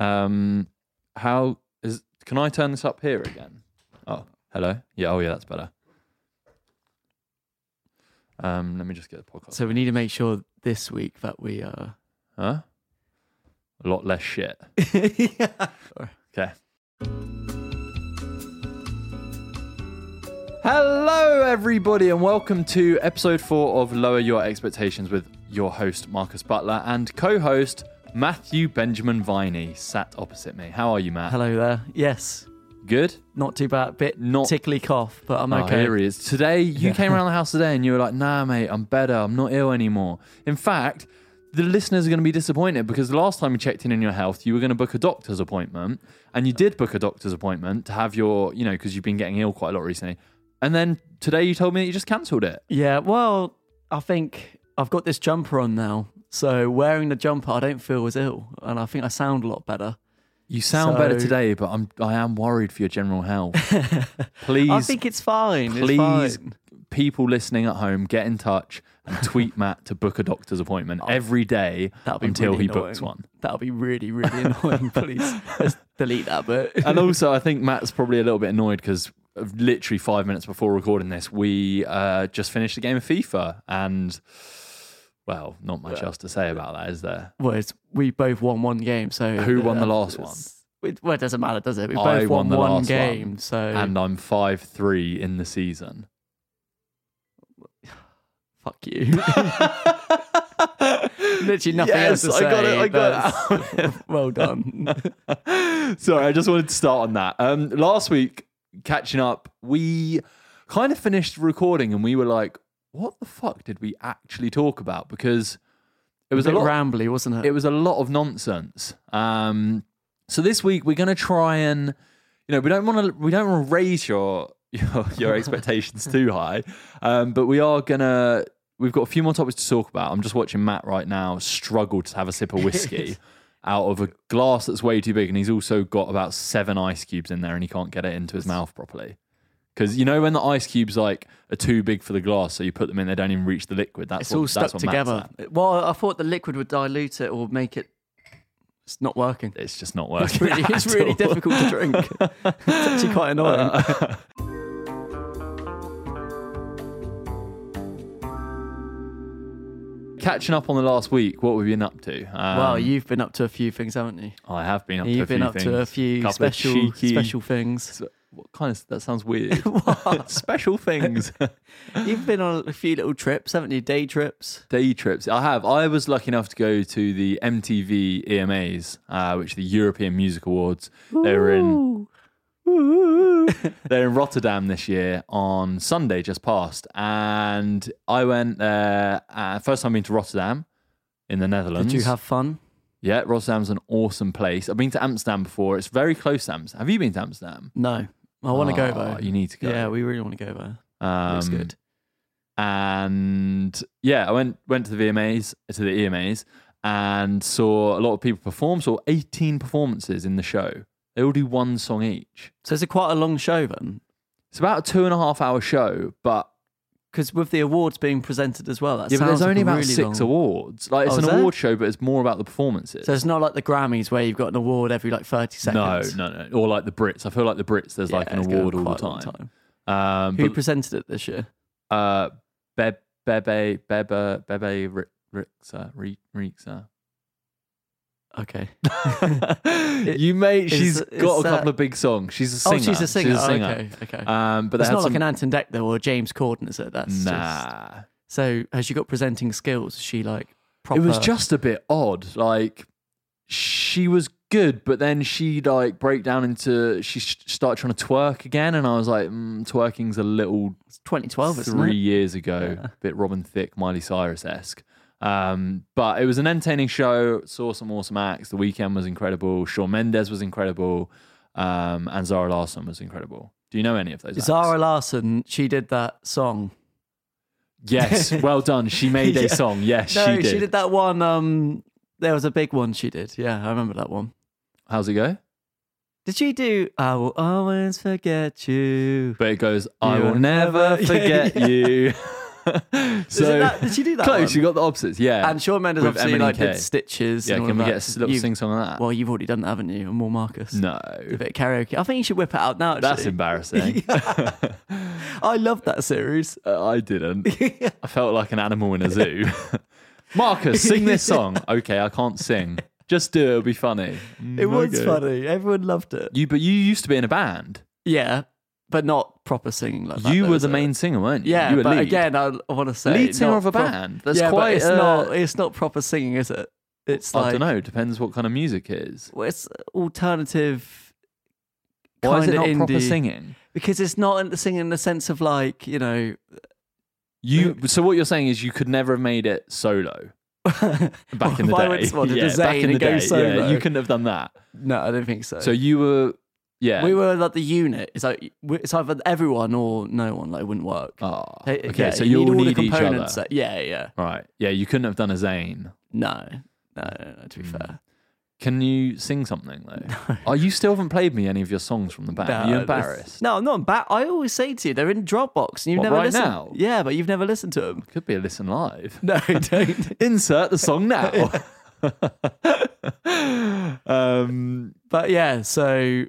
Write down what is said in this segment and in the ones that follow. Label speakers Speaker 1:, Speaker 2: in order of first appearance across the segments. Speaker 1: Um, how is? Can I turn this up here again? Oh, hello. Yeah. Oh, yeah. That's better. Um, let me just get the podcast.
Speaker 2: So we need to make sure this week that we uh, are.
Speaker 1: huh? A lot less shit. Okay. Hello, everybody, and welcome to episode four of Lower Your Expectations with your host, Marcus Butler, and co host, Matthew Benjamin Viney, sat opposite me. How are you, Matt?
Speaker 2: Hello there. Yes,
Speaker 1: Good?
Speaker 2: not too bad. Bit
Speaker 1: Not-
Speaker 2: tickly cough, but I'm
Speaker 1: Oh,
Speaker 2: okay.
Speaker 1: here he is. Today, you came around the house today and you were like, nah, mate, I'm better. I'm not ill anymore. In fact, the listeners are going to be disappointed because the last time you checked in on your health, you were going to book a doctor's appointment and you did book a doctor's appointment to have your, you know, because you've been getting ill quite a lot recently. And then today you told me that you just cancelled it.
Speaker 2: Yeah. Well, I think I've got this jumper on now, so wearing the jumper, I don't feel as ill, and I think I sound a lot better.
Speaker 1: You sound
Speaker 2: So-
Speaker 1: better today, but I'm, I am worried for your general health.
Speaker 2: I
Speaker 1: Please,
Speaker 2: think it's fine. it's
Speaker 1: please,
Speaker 2: fine.
Speaker 1: people listening at home, get in touch and tweet Matt to book a doctor's appointment every day
Speaker 2: Oh, That'll be
Speaker 1: until
Speaker 2: really
Speaker 1: he books
Speaker 2: annoying.
Speaker 1: one.
Speaker 2: That'll be really, really annoying. Please let's delete that bit.
Speaker 1: and also, I think Matt's probably a little bit annoyed because literally five minutes before recording this, we uh, just finished a game of FIFA, and well, not much else to say about that, is there?
Speaker 2: well, it's, we both won one game, so
Speaker 1: Who won the last
Speaker 2: it's-
Speaker 1: one?
Speaker 2: It, well, it doesn't matter, does it? We both
Speaker 1: I won
Speaker 2: won,
Speaker 1: the
Speaker 2: one
Speaker 1: last
Speaker 2: game,
Speaker 1: one,
Speaker 2: so
Speaker 1: And I'm five three in the season.
Speaker 2: fuck you. Literally nothing else to
Speaker 1: Yes,
Speaker 2: say.
Speaker 1: I got it, I got
Speaker 2: but well done.
Speaker 1: Sorry, I just wanted to start on that. Um, last week, catching up, we kind of finished recording and we were like, "What the fuck did we actually talk about?" Because it was a,
Speaker 2: bit
Speaker 1: lot.
Speaker 2: rambly, wasn't it?
Speaker 1: it was a lot of nonsense. Um, so this week we're going to try and, you know, we don't want to we don't want to raise your your, your expectations too high, um, but we are gonna we've got a few more topics to talk about. I'm just watching Matt right now struggle to have a sip of whiskey out of a glass that's way too big, and he's also got about seven ice cubes in there, and he can't get it into his mouth properly. Because you know when the ice cubes like are too big for the glass, so you put them in, they don't even reach the liquid. That's
Speaker 2: It's
Speaker 1: what,
Speaker 2: all
Speaker 1: that's
Speaker 2: stuck
Speaker 1: what Matt's
Speaker 2: together.
Speaker 1: at.
Speaker 2: Well, I thought the liquid would dilute it or make it. It's not working.
Speaker 1: It's just not working.
Speaker 2: It's really, it's
Speaker 1: at
Speaker 2: really
Speaker 1: all. Uh,
Speaker 2: difficult to drink. It's actually quite annoying.
Speaker 1: Catching up on the last week, what have we been up to? Um,
Speaker 2: well, you've been up to a few things, haven't you?
Speaker 1: I have been up to a
Speaker 2: You've
Speaker 1: few
Speaker 2: been up to a
Speaker 1: things.
Speaker 2: few
Speaker 1: Couple of
Speaker 2: special
Speaker 1: cheeky-
Speaker 2: special things.
Speaker 1: What kind of? That sounds weird. special things.
Speaker 2: You've been on a few little trips, haven't you? Day trips.
Speaker 1: Day trips. I have. I was lucky enough to go to the MTV EMAs, uh, which are the European Music Awards. They were in they're in Rotterdam this year on Sunday just past, and I went there. Uh, first time I've been to Rotterdam in the Netherlands.
Speaker 2: Did you have fun?
Speaker 1: Yeah, Rotterdam's an awesome place. I've been to Amsterdam before. It's very close to Amsterdam. Have you been to Amsterdam?
Speaker 2: No, I want to go
Speaker 1: Oh,
Speaker 2: though.
Speaker 1: You need to go.
Speaker 2: Yeah, we really want to go there.
Speaker 1: um,
Speaker 2: Looks good.
Speaker 1: And yeah, I went went to the VMAs to the EMAs and saw a lot of people perform. Saw 18 performances in the show. They all do one song each.
Speaker 2: So it's a quite a long show then,
Speaker 1: It's about a two and a half hour show, but
Speaker 2: because with the awards being presented as well, that
Speaker 1: yeah, but
Speaker 2: sounds
Speaker 1: there's only
Speaker 2: like a
Speaker 1: about
Speaker 2: really
Speaker 1: six
Speaker 2: long-
Speaker 1: awards. Like it's
Speaker 2: Oh,
Speaker 1: an
Speaker 2: is there?
Speaker 1: award show, but it's more about the performances.
Speaker 2: So it's not like the Grammys where you've got an award every like thirty
Speaker 1: no,
Speaker 2: seconds.
Speaker 1: no, no. Or like the Brits. I feel like the Brits. There's like an award all the time. Um,
Speaker 2: Who
Speaker 1: but
Speaker 2: presented it this year?
Speaker 1: uh, Bebe, Bebe, Bebe, Bebe, Ri- Rixa, Ri- Rixa.
Speaker 2: Okay.
Speaker 1: you may.
Speaker 2: is-
Speaker 1: She's
Speaker 2: is
Speaker 1: got a
Speaker 2: that-
Speaker 1: couple of big songs. She's a singer.
Speaker 2: Oh, she's a singer.
Speaker 1: She's a
Speaker 2: Oh,
Speaker 1: singer.
Speaker 2: okay, okay.
Speaker 1: Um, but they
Speaker 2: it's
Speaker 1: had
Speaker 2: not
Speaker 1: some.
Speaker 2: like an Anton Deckner or James Corden, is it? That's Just...
Speaker 1: nah.
Speaker 2: So has she got presenting skills? Is she like
Speaker 1: It
Speaker 2: proper?
Speaker 1: was just a bit odd. Like she was good, but then she like break down into she sh- started trying to twerk again, and I was like, mm, twerking's a little
Speaker 2: It's 2012, isn't
Speaker 1: three
Speaker 2: it?
Speaker 1: years ago, a bit Robin Thicke, Miley Cyrus esque. Um, but it was an entertaining show. Saw some awesome acts. The weekend was incredible. Shawn Mendes was incredible, um, and Zara Larson was incredible. Do you know any of those? acts?
Speaker 2: Zara Larson, she did that song.
Speaker 1: Yes, well done. She made a song. Yes,
Speaker 2: No,
Speaker 1: she did.
Speaker 2: that one. Um, there was a big one she did. Yeah, I remember that one.
Speaker 1: How's it go?
Speaker 2: Did she do I Will Always Forget You?
Speaker 1: But it goes, I
Speaker 2: You
Speaker 1: will
Speaker 2: will
Speaker 1: never
Speaker 2: never-
Speaker 1: forget
Speaker 2: Yeah, yeah.
Speaker 1: you.
Speaker 2: Is it that- did she do that
Speaker 1: Close.
Speaker 2: one?
Speaker 1: You got the opposites. Yeah.
Speaker 2: And Shawn Mendes
Speaker 1: With
Speaker 2: obviously
Speaker 1: Eminem
Speaker 2: like
Speaker 1: K.
Speaker 2: did Stitches.
Speaker 1: Yeah.
Speaker 2: and all
Speaker 1: Can we
Speaker 2: of
Speaker 1: get a
Speaker 2: that.
Speaker 1: s- little
Speaker 2: You-
Speaker 1: sing song on that?
Speaker 2: Well, you've already done that, haven't you? And more Marcus. A
Speaker 1: no.
Speaker 2: bit of karaoke. I think you should whip it out now. Actually.
Speaker 1: That's embarrassing.
Speaker 2: I love that series.
Speaker 1: Uh, I didn't. I felt like an animal in a zoo. Marcus, sing this song. Okay, I can't sing. Just do it. It'll be funny. Mm,
Speaker 2: It was
Speaker 1: okay.
Speaker 2: funny. Everyone loved it.
Speaker 1: You, but you used to be in a band.
Speaker 2: Yeah, but not proper singing like that.
Speaker 1: you
Speaker 2: though,
Speaker 1: were
Speaker 2: was
Speaker 1: the
Speaker 2: it?
Speaker 1: main singer, weren't you?
Speaker 2: Yeah,
Speaker 1: you were
Speaker 2: but
Speaker 1: lead.
Speaker 2: again, I, want to say
Speaker 1: Lead singer
Speaker 2: not
Speaker 1: of a
Speaker 2: prop-
Speaker 1: band? That's
Speaker 2: yeah,
Speaker 1: quite,
Speaker 2: But it's
Speaker 1: uh,
Speaker 2: not. It's not proper singing, is it? It's
Speaker 1: I
Speaker 2: like
Speaker 1: don't know. Depends what kind of music it is.
Speaker 2: well, it's alternative.
Speaker 1: Why is it
Speaker 2: kinda
Speaker 1: not proper
Speaker 2: indie.
Speaker 1: singing?
Speaker 2: Because it's not in- singing in the sense of like you know.
Speaker 1: You. So what you're saying is you could never have made it solo. back in the
Speaker 2: Why
Speaker 1: day.
Speaker 2: Would, what, did
Speaker 1: yeah,
Speaker 2: Zayn
Speaker 1: back in the
Speaker 2: go
Speaker 1: day.
Speaker 2: solo?
Speaker 1: Yeah, you couldn't have done that.
Speaker 2: No, I don't think so.
Speaker 1: So you were, yeah.
Speaker 2: we were like the unit. It's like we- it's either everyone or no one. Like it wouldn't work.
Speaker 1: Oh,
Speaker 2: They-
Speaker 1: okay.
Speaker 2: yeah,
Speaker 1: so
Speaker 2: you
Speaker 1: you, all
Speaker 2: need,
Speaker 1: need
Speaker 2: all the
Speaker 1: each other.
Speaker 2: components. that- yeah, yeah.
Speaker 1: Right. Yeah, you couldn't have done a Zayn.
Speaker 2: No, no, no, no
Speaker 1: Hmm.
Speaker 2: to be fair.
Speaker 1: Can you sing something though? Oh, you still haven't played me any of your songs from the band. Are
Speaker 2: No,
Speaker 1: you
Speaker 2: this-
Speaker 1: embarrassed?
Speaker 2: No, I'm not embarrassed. I always say to you, they're in Dropbox, and you've
Speaker 1: What,
Speaker 2: never
Speaker 1: right
Speaker 2: listened.
Speaker 1: now?
Speaker 2: Yeah, but you've never listened to them.
Speaker 1: Could be a listen live.
Speaker 2: No, don't.
Speaker 1: Insert the song now. um,
Speaker 2: but yeah, so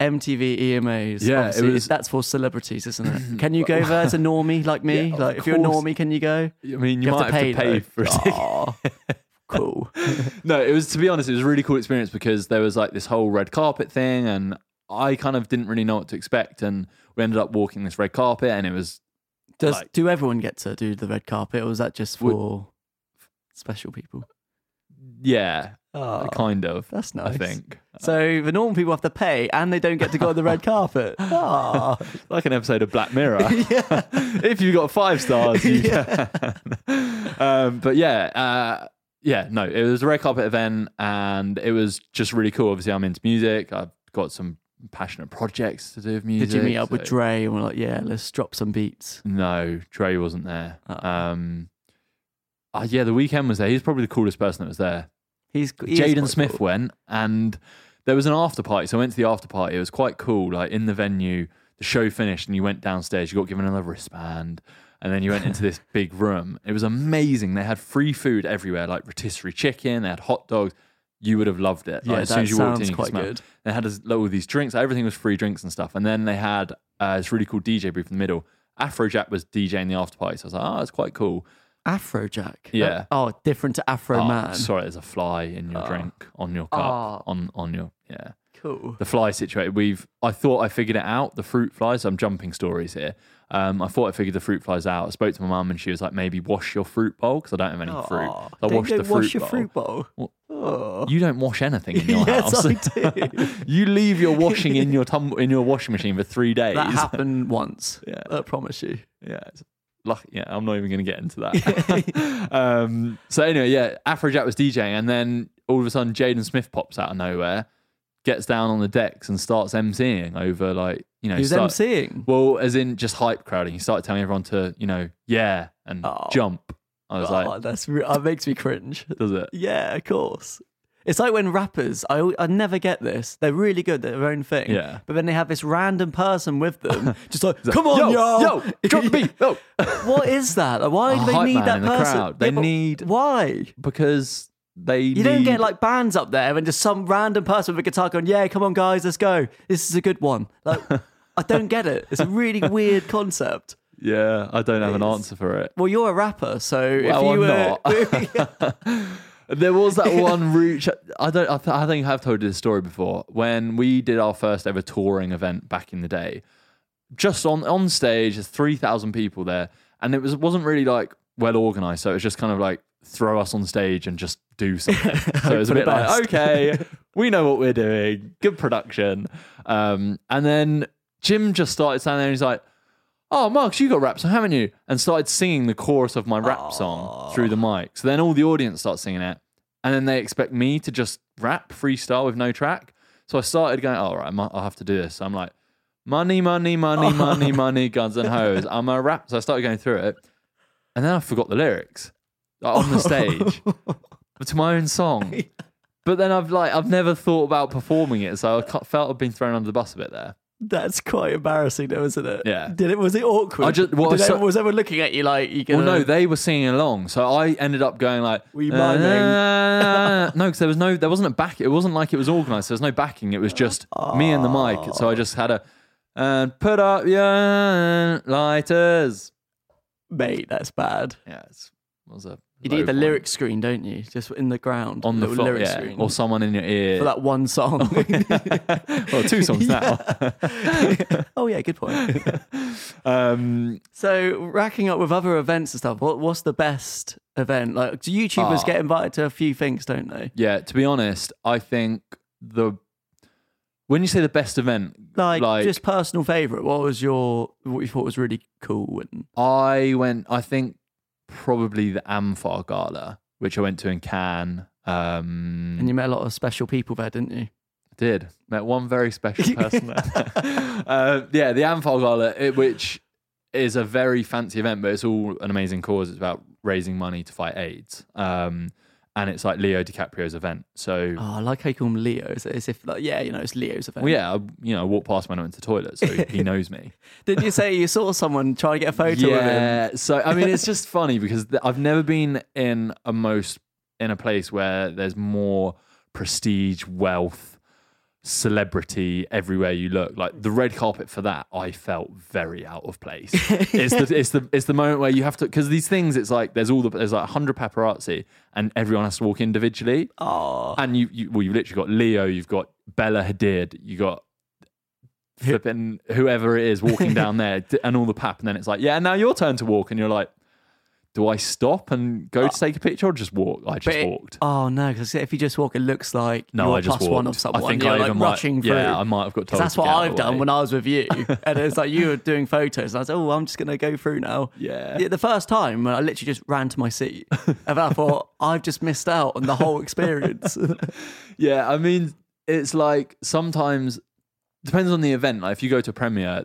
Speaker 2: MTV EMAs.
Speaker 1: Yeah, it
Speaker 2: obviously,
Speaker 1: was-
Speaker 2: that's for celebrities, isn't it? Can you go there as a normie like me?
Speaker 1: Yeah, of
Speaker 2: like, if you're a
Speaker 1: course.
Speaker 2: normie, can you go?
Speaker 1: I mean, you, might have to pay,
Speaker 2: though.
Speaker 1: for a ticket.
Speaker 2: Aw, cool.
Speaker 1: No, it was to be honest, it was a really cool experience because there was like this whole red carpet thing, and I kind of didn't really know what to expect, and we ended up walking this red carpet, and it was
Speaker 2: Does
Speaker 1: Like-
Speaker 2: do everyone get to do the red carpet, or is that just
Speaker 1: Would-
Speaker 2: for special people?
Speaker 1: yeah,
Speaker 2: Oh,
Speaker 1: kind of.
Speaker 2: that's
Speaker 1: Ah. I
Speaker 2: nice.
Speaker 1: think uh,
Speaker 2: So the normal people have to pay, and they don't get to go on the red carpet. Ah,
Speaker 1: like an episode of Black Mirror. if you got five stars, you can. um, but yeah, uh, yeah, no, it was a red carpet event, and it was just really cool. Obviously, I'm into music. I've got some passionate projects to do with music.
Speaker 2: Did you meet up with
Speaker 1: so-
Speaker 2: Dre and we're like, yeah, let's drop some beats?
Speaker 1: No, Dre wasn't there.
Speaker 2: Uh-uh.
Speaker 1: Um, uh, yeah, the weekend was there. He's probably the coolest person that was there.
Speaker 2: He's he is
Speaker 1: Jaden
Speaker 2: quite
Speaker 1: Smith
Speaker 2: cool.
Speaker 1: went, and there was an after party. So I went to the after party. It was quite cool. Like in the venue, the show finished, and you went downstairs. You got given another wristband, and then you went into this big room. It was amazing. They had free food everywhere, like rotisserie chicken. They had hot dogs. You would have loved it.
Speaker 2: Yeah,
Speaker 1: Like, as soon
Speaker 2: that
Speaker 1: as you walked in,
Speaker 2: sounds
Speaker 1: you could
Speaker 2: quite
Speaker 1: smell. it.
Speaker 2: good.
Speaker 1: They had this, like, all these drinks. Everything was free drinks and stuff. And then they had uh, this really cool DJ booth in the middle. Afrojack was DJing the after party. So I was like, oh, that's quite cool.
Speaker 2: Afrojack.
Speaker 1: Yeah.
Speaker 2: Oh, different to Afro
Speaker 1: Oh,
Speaker 2: Man. Ah.
Speaker 1: Sorry, there's a fly in your drink on your cup
Speaker 2: Oh.
Speaker 1: on on your yeah.
Speaker 2: Cool.
Speaker 1: The fly situation. We've I thought I figured it out. The fruit flies. I'm jumping stories here. Um, I thought I figured the fruit flies out. I spoke to my mum and she was like, maybe wash your fruit bowl because I don't have any fruit.
Speaker 2: Aw,
Speaker 1: I
Speaker 2: don't
Speaker 1: washed
Speaker 2: go
Speaker 1: the fruit
Speaker 2: wash your
Speaker 1: bowl.
Speaker 2: fruit bowl.
Speaker 1: You don't wash anything in your
Speaker 2: Yes,
Speaker 1: house.
Speaker 2: I do.
Speaker 1: you leave your washing in your tum- in your washing machine for three days.
Speaker 2: That happened once.
Speaker 1: Yeah.
Speaker 2: I promise you.
Speaker 1: yeah, it's luck. Yeah, I'm not even going to get into that. um, so anyway, yeah, Afrojack was DJing, and then all of a sudden, Jaden Smith pops out of nowhere, gets down on the decks, and starts emceeing over like you know.
Speaker 2: He was
Speaker 1: start-
Speaker 2: emceeing?
Speaker 1: Well, as in just hype crowding. He started telling everyone to you know, yeah, and jump. I was
Speaker 2: oh,
Speaker 1: like,
Speaker 2: that's re- that makes me cringe.
Speaker 1: does it?
Speaker 2: Yeah, of course. It's like when rappers, I, al- I never get this. They're really good at their own thing.
Speaker 1: Yeah.
Speaker 2: But then they have this random person with them, just like, come on,
Speaker 1: yo,
Speaker 2: y'all.
Speaker 1: yo, drop the beat, yo.
Speaker 2: what is that? Like, Why
Speaker 1: A
Speaker 2: do they
Speaker 1: hype
Speaker 2: need
Speaker 1: man
Speaker 2: that
Speaker 1: in the
Speaker 2: person?
Speaker 1: crowd. They
Speaker 2: but
Speaker 1: need-
Speaker 2: Why?
Speaker 1: Because they
Speaker 2: You don't
Speaker 1: need-
Speaker 2: get like bands up there and just some random person with a guitar going, yeah, come on, guys, let's go. This is a good one. Like, I don't get it. It's a really weird concept.
Speaker 1: yeah. I don't have an answer for it.
Speaker 2: Well, you're a rapper, so
Speaker 1: Well,
Speaker 2: if you
Speaker 1: I'm
Speaker 2: were,
Speaker 1: There was that one route. I don't. I, th- I think I've told you this story before. When we did our first ever touring event back in the day, just on on stage, there's three thousand people there, and it was wasn't really like well organized. So it was just kind of like throw us on stage and just do something. so it was a
Speaker 2: for the
Speaker 1: bit like
Speaker 2: best.
Speaker 1: okay, we know what we're doing. Good production. Um, and then Jim just started standing there. and He's like oh, Marcus, you got rap song, haven't you? And started singing the chorus of my rap song through the mic. So then all the audience starts singing it. And then they expect me to just rap freestyle with no track. So I started going, all right, I'm- I'll have to do this. So I'm like, money, money, money, money, money, guns and hoes. I'm a rap. So I started going through it. And then I forgot the lyrics like, on the stage but to my own song. But then I've like I've never thought about performing it, so I ca- felt I've been thrown under the bus a bit there.
Speaker 2: That's quite embarrassing, though, isn't it?
Speaker 1: Yeah.
Speaker 2: Did it? Was it awkward?
Speaker 1: I just- well,
Speaker 2: Did
Speaker 1: I
Speaker 2: everyone-
Speaker 1: saw-
Speaker 2: was everyone looking at you like you?
Speaker 1: Well,
Speaker 2: Gonna,
Speaker 1: no, they were singing along, so I ended up going like,
Speaker 2: Were you
Speaker 1: "Na, na,
Speaker 2: miming?"
Speaker 1: na, na, na." no, because there was no, there wasn't a back. It wasn't like it was organised. There was no backing. It was just me and the mic. So I just had a and put up your lighters.
Speaker 2: mate, that's bad.
Speaker 1: Yeah, it's, was a
Speaker 2: You
Speaker 1: low
Speaker 2: need the
Speaker 1: point.
Speaker 2: lyric screen, don't you? Just in the ground
Speaker 1: on the
Speaker 2: little
Speaker 1: floor,
Speaker 2: lyric
Speaker 1: yeah,
Speaker 2: screen
Speaker 1: or Oh, someone in your ear.
Speaker 2: for that one song.
Speaker 1: well, two songs now.
Speaker 2: oh yeah, good point.
Speaker 1: Um,
Speaker 2: So racking up with other events and stuff. What what's the best event? Like do YouTubers
Speaker 1: Ah.
Speaker 2: get invited to a few things, don't they?
Speaker 1: Yeah, to be honest, I think the when you say the best event,
Speaker 2: Like, just personal favorite. What was your what you thought was really cool? And
Speaker 1: I went, I think probably the Amphar Gala, which I went to in Cannes. Um,
Speaker 2: and you met a lot of special people there, didn't you?
Speaker 1: did met one very special person. there. uh, yeah, the Amphar Gala, it, which is a very fancy event, but it's all an amazing cause. It's about raising money to fight AIDS, um, and it's like Leo DiCaprio's event. So
Speaker 2: Oh, I like how you call him Leo. It's as if like yeah, you know, it's Leo's event.
Speaker 1: well, yeah, I, you know, I walked past him when I went to the toilet, so he he knows me.
Speaker 2: Didn't you say you saw someone try to get a photo with him?
Speaker 1: Yeah. So I mean, it's just funny because th- I've never been in a most in a place where there's more prestige, wealth, celebrity everywhere you look. Like the red carpet for that, I felt very out of place. it's the it's the it's the moment where you have to because these things, it's like there's all the there's like hundred paparazzi and everyone has to walk individually. Oh. And you, you well, you've literally got Leo, you've got Bella Hadid, you got flipping whoever it is walking down there d- and all the pap and then it's like yeah now your turn to walk and you're like do I stop and go to take a picture or just walk I just
Speaker 2: Uh, But it-
Speaker 1: walked
Speaker 2: Oh no, because if you just walk, it looks like
Speaker 1: no
Speaker 2: you're
Speaker 1: I just
Speaker 2: plus
Speaker 1: walked
Speaker 2: one of someone.
Speaker 1: I think
Speaker 2: you're
Speaker 1: I
Speaker 2: like
Speaker 1: even
Speaker 2: rushing
Speaker 1: might,
Speaker 2: through.
Speaker 1: yeah I might have got
Speaker 2: Because
Speaker 1: told
Speaker 2: that's
Speaker 1: to
Speaker 2: what
Speaker 1: get out
Speaker 2: I've
Speaker 1: of the
Speaker 2: done
Speaker 1: way.
Speaker 2: when I was with you. And it's like you were doing photos. And I was like, oh, I'm just going to go through now.
Speaker 1: Yeah.
Speaker 2: The first time, I literally just ran to my seat. And then I thought, I've just missed out on the whole experience.
Speaker 1: Yeah, I mean, it's like sometimes depends on the event. Like if you go to a premiere,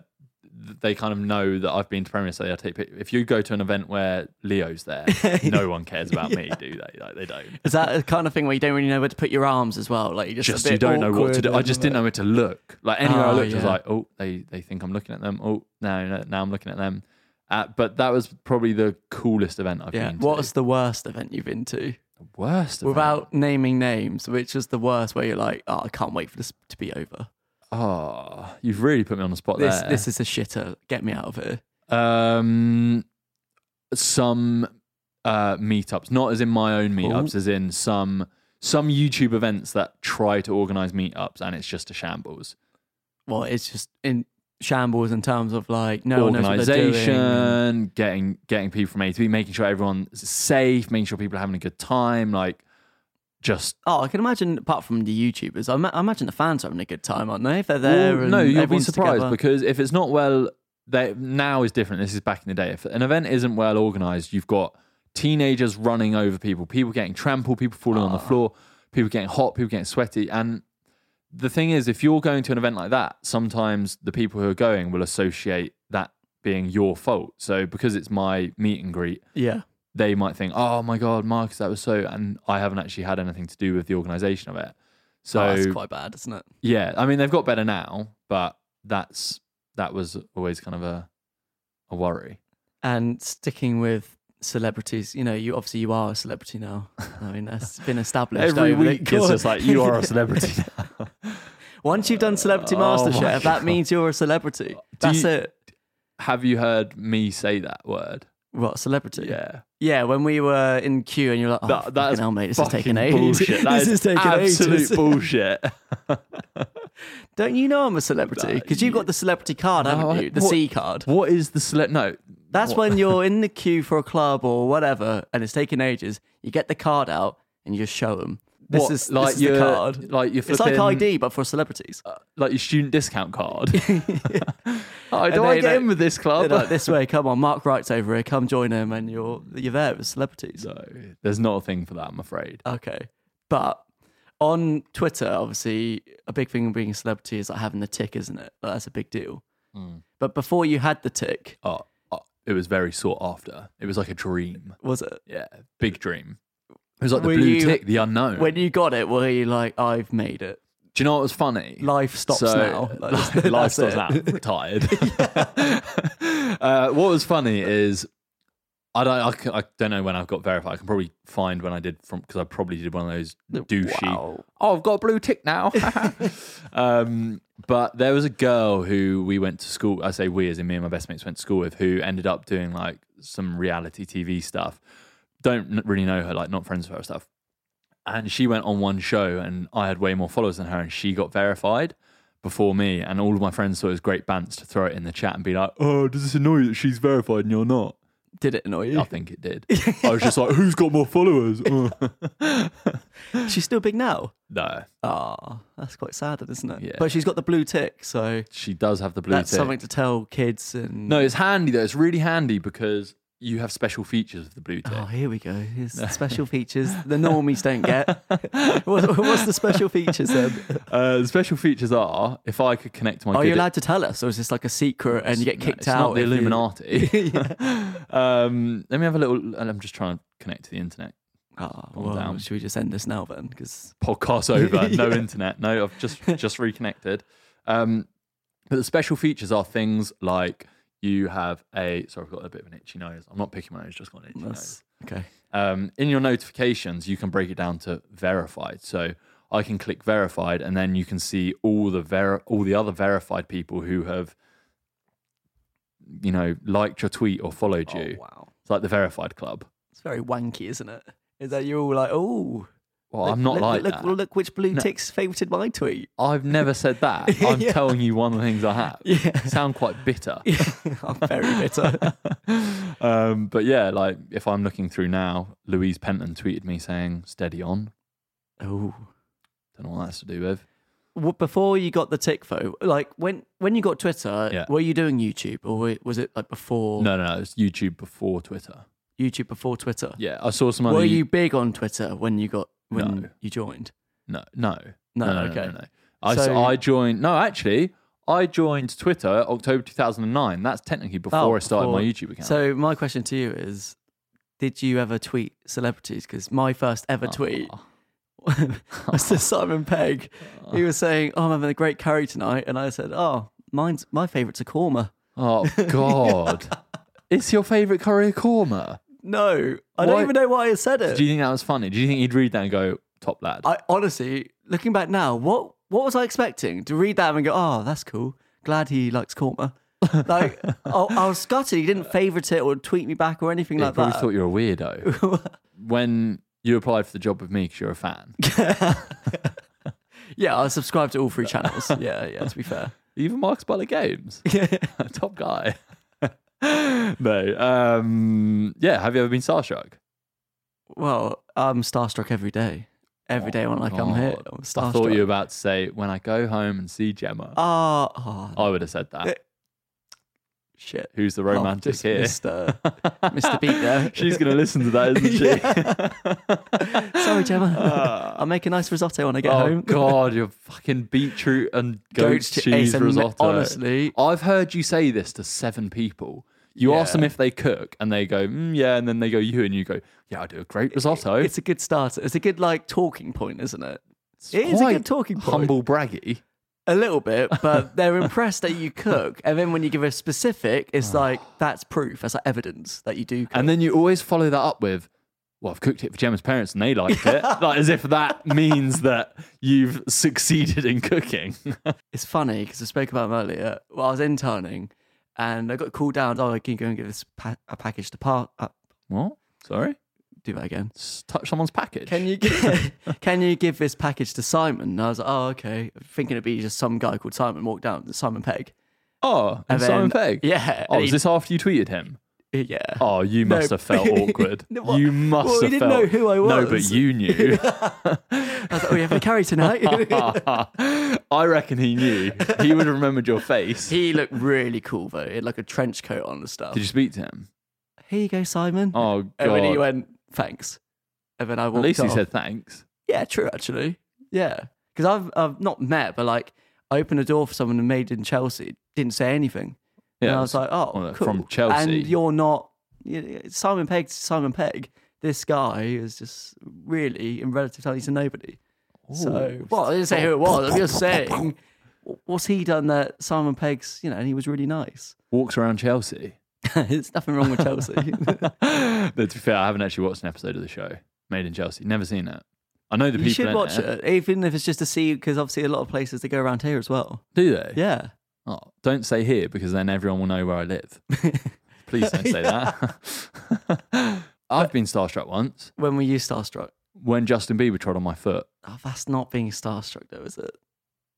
Speaker 1: th- they kind of know that I've been to premiere, so they take. pic- If you go to an event where Leo's there, no one cares about me, do they? Like they don't.
Speaker 2: Is that the kind of thing where you don't really know where to put your arms as well? Like, you just, a
Speaker 1: Just
Speaker 2: bit
Speaker 1: you don't know what to
Speaker 2: awkward
Speaker 1: do. I
Speaker 2: and-
Speaker 1: just didn't know where to look. Like anywhere I
Speaker 2: Ah,
Speaker 1: looked, I was
Speaker 2: yeah.
Speaker 1: like, oh, they they think I'm looking at them. Oh, now now- now I'm looking at them. Uh, but that was probably the coolest event I've
Speaker 2: Yeah.
Speaker 1: been to.
Speaker 2: What was the worst event you've been to?
Speaker 1: worst? event?
Speaker 2: Without naming names, which is the worst where you're like, oh, I can't wait for this to be over.
Speaker 1: oh, you've really put me on the spot
Speaker 2: This,
Speaker 1: there.
Speaker 2: this is a shitter. Get me out of here.
Speaker 1: um some uh meetups not as in my own meetups as in some some youtube events that try to organize meetups and it's just a shambles
Speaker 2: well, it's just in shambles in terms of like no one knows what they're doing.
Speaker 1: organization getting getting people from a to b making sure everyone's safe making sure people are having a good time like just
Speaker 2: Oh, I can imagine. Apart from the YouTubers, I, ma- I imagine the fans are having a good time, aren't they? If they're there,
Speaker 1: Well,
Speaker 2: and
Speaker 1: no, you'll be
Speaker 2: everyone's
Speaker 1: surprised
Speaker 2: together.
Speaker 1: because if it's not well, they, now is different. This is back in the day. If an event isn't well organized, you've got teenagers running over people, people getting trampled, people falling on the
Speaker 2: Ah.
Speaker 1: floor, people getting hot, people getting sweaty. And the thing is, if you're going to an event like that, sometimes the people who are going will associate that being your fault. So because it's my meet and greet,
Speaker 2: yeah,
Speaker 1: they might think, "Oh my god, Marcus, that was so," and I haven't actually had anything to do with the organization of it. So
Speaker 2: oh, that's quite bad, isn't it?
Speaker 1: yeah, I mean they've got better now, but that's that was always kind of a a worry.
Speaker 2: And sticking with celebrities, you know, you obviously you are a celebrity now. I mean, that's been established
Speaker 1: Every
Speaker 2: over the
Speaker 1: week it's just like you are a celebrity.
Speaker 2: Once you've done Celebrity
Speaker 1: Oh my
Speaker 2: MasterChef, that
Speaker 1: God.
Speaker 2: means you're a celebrity. That's
Speaker 1: you-
Speaker 2: it.
Speaker 1: Have you heard me say that word?
Speaker 2: What celebrity?
Speaker 1: Yeah,
Speaker 2: yeah. When we were in queue, and you're like, oh,
Speaker 1: that, that
Speaker 2: fucking hell, mate, this is
Speaker 1: fucking
Speaker 2: taking ages.
Speaker 1: bullshit. That
Speaker 2: this is taking
Speaker 1: absolute
Speaker 2: ages.
Speaker 1: bullshit.
Speaker 2: Don't you know I'm a celebrity? Because you've got the celebrity card, haven't
Speaker 1: I-
Speaker 2: you? The
Speaker 1: what-
Speaker 2: C card.
Speaker 1: What is the select? No,
Speaker 2: That's when you're in the queue for a club or whatever, and it's taking ages. You get the card out and you just show them. This
Speaker 1: What,
Speaker 2: is
Speaker 1: like
Speaker 2: this is
Speaker 1: your-
Speaker 2: the card.
Speaker 1: like your
Speaker 2: it's like
Speaker 1: flipping- Uh,
Speaker 2: ID, but for celebrities.
Speaker 1: like your student discount card. oh, do
Speaker 2: And
Speaker 1: I
Speaker 2: they,
Speaker 1: get
Speaker 2: like-
Speaker 1: in with this
Speaker 2: They're
Speaker 1: club?
Speaker 2: like, this way, come on, Mark Wright's over here, come join him, and you're you're there with celebrities.
Speaker 1: No, there's not a thing for that, I'm afraid.
Speaker 2: Okay, but on Twitter, obviously, a big thing of being a celebrity is like having the tick, isn't it? Like, that's a big deal.
Speaker 1: Mm.
Speaker 2: But before you had the tick,
Speaker 1: Oh, oh, it was very sought after. It was like a dream.
Speaker 2: was it
Speaker 1: Yeah, big dream. It was like the
Speaker 2: Were
Speaker 1: blue
Speaker 2: you-
Speaker 1: tick, the unknown.
Speaker 2: when you got it? Were you like, I've made it?
Speaker 1: Do you know what was funny?
Speaker 2: Life stops now. Like,
Speaker 1: life
Speaker 2: that's
Speaker 1: life stops
Speaker 2: it.
Speaker 1: now. Retired. uh, what was funny is I don't I, c- I don't know when I got verified. I can probably find when I did from because I probably did one of those douchey.
Speaker 2: Wow.
Speaker 1: Oh, I've got a blue tick now. um, but there was a girl who we went to school. I say we, as in me and my best mates went to school with, who ended up doing like some reality TV stuff. Don't n- really know her, like not friends with her stuff and she went on one show and I had way more followers than her and she got verified before me and all of my friends thought it was great bants to throw it in the chat and be like, Oh, does this annoy you that she's verified and you're not?
Speaker 2: Did it annoy
Speaker 1: I
Speaker 2: you?
Speaker 1: think it did. I was just like, Who's got more followers? Uh.
Speaker 2: She's still big now.
Speaker 1: no.
Speaker 2: Ah, that's quite sad, isn't it?
Speaker 1: Yeah.
Speaker 2: But she's got the blue tick, so
Speaker 1: She does have the blue
Speaker 2: that's
Speaker 1: tick.
Speaker 2: something to tell kids. And
Speaker 1: no, it's handy though. It's really handy because you have special features of the blue tick.
Speaker 2: oh, here we go. Here's the special features the normies don't get. what, what's the special features then?
Speaker 1: Uh, the special features are if I could connect to my
Speaker 2: Are you
Speaker 1: good-
Speaker 2: allowed to tell us, or is this like a secret and you get
Speaker 1: No,
Speaker 2: kicked
Speaker 1: it's
Speaker 2: out?
Speaker 1: Not the
Speaker 2: if you-
Speaker 1: Illuminati. um, let me have a little. I'm just trying to connect to the internet.
Speaker 2: Ah,
Speaker 1: Calm
Speaker 2: well,
Speaker 1: down.
Speaker 2: should we just end this now then? Because
Speaker 1: podcast over. No internet. No, I've just just reconnected. Um, but the special features are things like you have a. Sorry, I've got a bit of an itchy nose. I'm not picking my nose. Just got an itchy nose.
Speaker 2: okay,
Speaker 1: Um, in your notifications, you can break it down to verified. So I can click verified, and then you can see all the ver- all the other verified people who have, you know, liked your tweet or followed you.
Speaker 2: Oh, wow,
Speaker 1: It's like the verified club.
Speaker 2: it's very wanky, isn't it? Is that you're all like, oh,
Speaker 1: Well, I'm not
Speaker 2: look,
Speaker 1: like
Speaker 2: look,
Speaker 1: that.
Speaker 2: Look, look which blue ticks favoured my tweet.
Speaker 1: I've never said that. I'm
Speaker 2: Yeah.
Speaker 1: telling you one of the things I have. Sound quite bitter.
Speaker 2: I'm very bitter.
Speaker 1: Um, but yeah, like if I'm looking through now, Louise Penton tweeted me saying, steady on.
Speaker 2: oh.
Speaker 1: Don't know what that's to do with.
Speaker 2: Well, before you got the tick though, like when when you got Twitter,
Speaker 1: Yeah.
Speaker 2: were you doing YouTube or were- was it like before
Speaker 1: No, no, no. It's YouTube before Twitter.
Speaker 2: YouTube before Twitter?
Speaker 1: Yeah, I saw somebody.
Speaker 2: Were you big on Twitter when you got when
Speaker 1: No.
Speaker 2: you joined?
Speaker 1: No, no.
Speaker 2: No,
Speaker 1: no,
Speaker 2: okay.
Speaker 1: no. I, s-
Speaker 2: So-
Speaker 1: I joined. No, actually, I joined Twitter October 2009. That's technically before I started my
Speaker 2: Oh, before-
Speaker 1: YouTube account.
Speaker 2: So my question to you is, did you ever tweet celebrities? Because my first ever tweet was to Simon Pegg. He was saying, "Oh, I'm having a great curry tonight," and I said, "Oh, mine's my favourite's a korma."
Speaker 1: oh, God. it's your favourite curry korma.
Speaker 2: No,
Speaker 1: Why-
Speaker 2: I don't even know why I said it.
Speaker 1: Do you think that was funny? Do you think he'd read that and go, top lad?
Speaker 2: I honestly, looking back now, what what was I expecting to read that and go, "Oh, that's cool. Glad he likes korma." like I, I was gutted. He didn't favourite it or tweet me back or anything
Speaker 1: I
Speaker 2: like
Speaker 1: probably
Speaker 2: that.
Speaker 1: thought you were a weirdo when you applied for the job with me because you're a fan.
Speaker 2: yeah, I subscribe to all three channels. yeah, yeah. To be fair.
Speaker 1: Even Mark's Butler Games, top guy. no, um, yeah. Have you ever been starstruck?
Speaker 2: Well, I'm starstruck every day. Every day when I come here,
Speaker 1: God.
Speaker 2: I'm starstruck.
Speaker 1: Oh, I thought you were about to say when I go home and see Gemma.
Speaker 2: Ah, oh,
Speaker 1: I would have said that.
Speaker 2: shit.
Speaker 1: Who's the
Speaker 2: I've
Speaker 1: romantic
Speaker 2: just
Speaker 1: here?
Speaker 2: missed, uh, Mr. Beat there.
Speaker 1: She's gonna listen to that, isn't she?
Speaker 2: Sorry, Gemma. I'll make a nice risotto when I get
Speaker 1: Ah. oh
Speaker 2: home.
Speaker 1: God, your fucking beetroot and goat's
Speaker 2: Goat's che-
Speaker 1: cheese
Speaker 2: it's a m-
Speaker 1: risotto.
Speaker 2: honestly.
Speaker 1: I've heard you say this to seven people. You ask them
Speaker 2: Yeah.
Speaker 1: if they cook, and they go, mm, "Yeah," and then they go, "You," and you go, "Yeah, I do a great risotto."
Speaker 2: It's a good starter. It's a good like talking point, isn't it? It's a
Speaker 1: quite
Speaker 2: good talking point.
Speaker 1: Humble braggy.
Speaker 2: A little bit, but they're impressed that you cook. And then when you give a specific, it's like that's proof. That's like evidence that you do cook.
Speaker 1: And then you always follow that up with, well, I've cooked it for Gemma's parents and they liked it. like, as if that means that you've succeeded in cooking.
Speaker 2: It's funny because I spoke about them earlier. Well, I was interning and I got called down. Oh, can you go and give this pa- a package to part? Uh,
Speaker 1: what? Sorry?
Speaker 2: do that again.
Speaker 1: S- Touch someone's package.
Speaker 2: Can you give, can you give this package to Simon? And I was like, oh, okay. Thinking it'd be just some guy called Simon walked down, Simon Pegg.
Speaker 1: Oh, and
Speaker 2: And then-
Speaker 1: Simon Pegg.
Speaker 2: Yeah.
Speaker 1: Oh,
Speaker 2: and
Speaker 1: was
Speaker 2: he-
Speaker 1: this after you tweeted him?
Speaker 2: Yeah.
Speaker 1: Oh, you must
Speaker 2: No.
Speaker 1: have felt awkward.
Speaker 2: No, what-
Speaker 1: You must
Speaker 2: well, he
Speaker 1: have
Speaker 2: didn't
Speaker 1: felt.
Speaker 2: know who I
Speaker 1: No, but
Speaker 2: was.
Speaker 1: you knew.
Speaker 2: was like, oh, you having a curry tonight?
Speaker 1: I reckon he knew. He would have remembered your face.
Speaker 2: he looked really cool though. He had like a trench coat on and stuff.
Speaker 1: Did you speak to him?
Speaker 2: Here you go, Simon.
Speaker 1: Oh,
Speaker 2: And when he
Speaker 1: God.
Speaker 2: went, thanks. And then I walked
Speaker 1: At least he
Speaker 2: off.
Speaker 1: said thanks.
Speaker 2: Yeah, true. Actually, yeah, because I've I've not met, but like I opened a door for someone and made in Chelsea, didn't say anything.
Speaker 1: Yeah,
Speaker 2: and I was like, oh,
Speaker 1: well,
Speaker 2: cool.
Speaker 1: from Chelsea.
Speaker 2: and you're not you- you- Simon Pegg. Simon Pegg. This guy is just really in relative time. He's a nobody. So, well, I didn't say who it was. I'm just saying, what's he done that Simon Pegg's? You know, and he was really nice.
Speaker 1: Walks around Chelsea.
Speaker 2: There's nothing wrong with Chelsea.
Speaker 1: no, to be fair, I haven't actually watched an episode of the show Made in Chelsea. Never seen it. I know the
Speaker 2: you
Speaker 1: people.
Speaker 2: should
Speaker 1: in
Speaker 2: watch
Speaker 1: it.
Speaker 2: it, even if it's just to see, because obviously a lot of places they go around here as well.
Speaker 1: Do they?
Speaker 2: Yeah.
Speaker 1: Oh, don't say here because then everyone will know where I live. Please don't say that. I've been starstruck once
Speaker 2: When were you starstruck?
Speaker 1: when Justin Bieber trod on my foot.
Speaker 2: Oh, that's not being starstruck, though, is it?
Speaker 1: I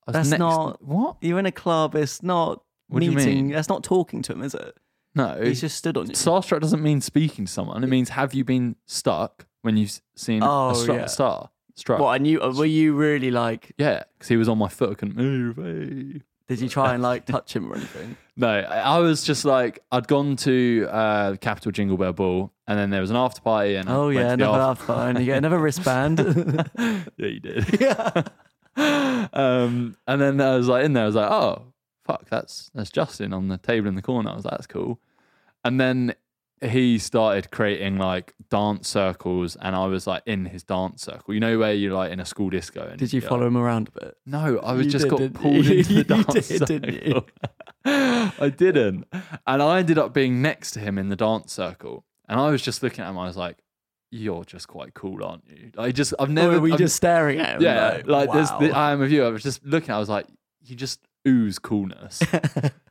Speaker 1: was
Speaker 2: That's
Speaker 1: next-
Speaker 2: not-
Speaker 1: what.
Speaker 2: You're in a club. It's not
Speaker 1: What do you
Speaker 2: meeting.
Speaker 1: mean?
Speaker 2: That's not talking to him, is it?
Speaker 1: No,
Speaker 2: He's just stood on you.
Speaker 1: starstruck doesn't mean speaking to someone. It means have you been stuck when you've s- seen
Speaker 2: Oh,
Speaker 1: a star,
Speaker 2: yeah.
Speaker 1: star struck?
Speaker 2: What? And you uh, were you really like?
Speaker 1: Yeah, because he was on my foot. I couldn't move. Hey.
Speaker 2: Did you try and like touch him or anything?
Speaker 1: No, I I was just like I'd gone to uh, Capital Jingle Bell Ball, and then there was an after party, and I
Speaker 2: Oh
Speaker 1: went
Speaker 2: yeah,
Speaker 1: to the
Speaker 2: another
Speaker 1: after-
Speaker 2: half You get another wristband.
Speaker 1: yeah, you did. um, and then I was like in there, I was like, oh fuck, that's that's Justin on the table in the corner. I was like, that's cool. And then he started creating like dance circles, and I was like in his dance circle. You know where you're like in a school disco. And
Speaker 2: Did you
Speaker 1: you're
Speaker 2: follow him around a bit?
Speaker 1: No, I was
Speaker 2: You
Speaker 1: just
Speaker 2: did,
Speaker 1: got
Speaker 2: didn't
Speaker 1: pulled
Speaker 2: you?
Speaker 1: into the
Speaker 2: You
Speaker 1: dance
Speaker 2: did, didn't you?
Speaker 1: circle. I didn't, and I ended up being next to him in the dance circle, and I was just looking at him. I was like, "You're just quite cool, aren't you?" I just, I've
Speaker 2: Or
Speaker 1: never.
Speaker 2: were Oh, we
Speaker 1: I've-
Speaker 2: just staring at him?
Speaker 1: yeah, like, there's the,
Speaker 2: wow.
Speaker 1: I am with you. I was just looking. I was like, "You just ooze coolness."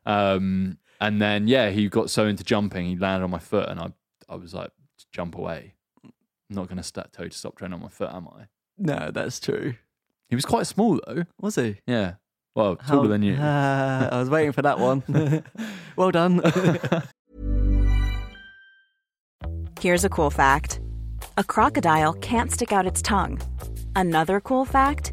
Speaker 1: um, and then yeah, he got so into jumping, he landed on my foot, and I, I was like, "Jump away." I'm not going to start toe to stop training on my foot, am I?
Speaker 2: no, that's true.
Speaker 1: He was quite small though.
Speaker 2: Was he?
Speaker 1: Yeah. Well,
Speaker 2: How-
Speaker 1: taller than you.
Speaker 2: Ah, I was waiting for that one. well done.
Speaker 3: Here's a cool fact a crocodile can't stick out its tongue. Another cool fact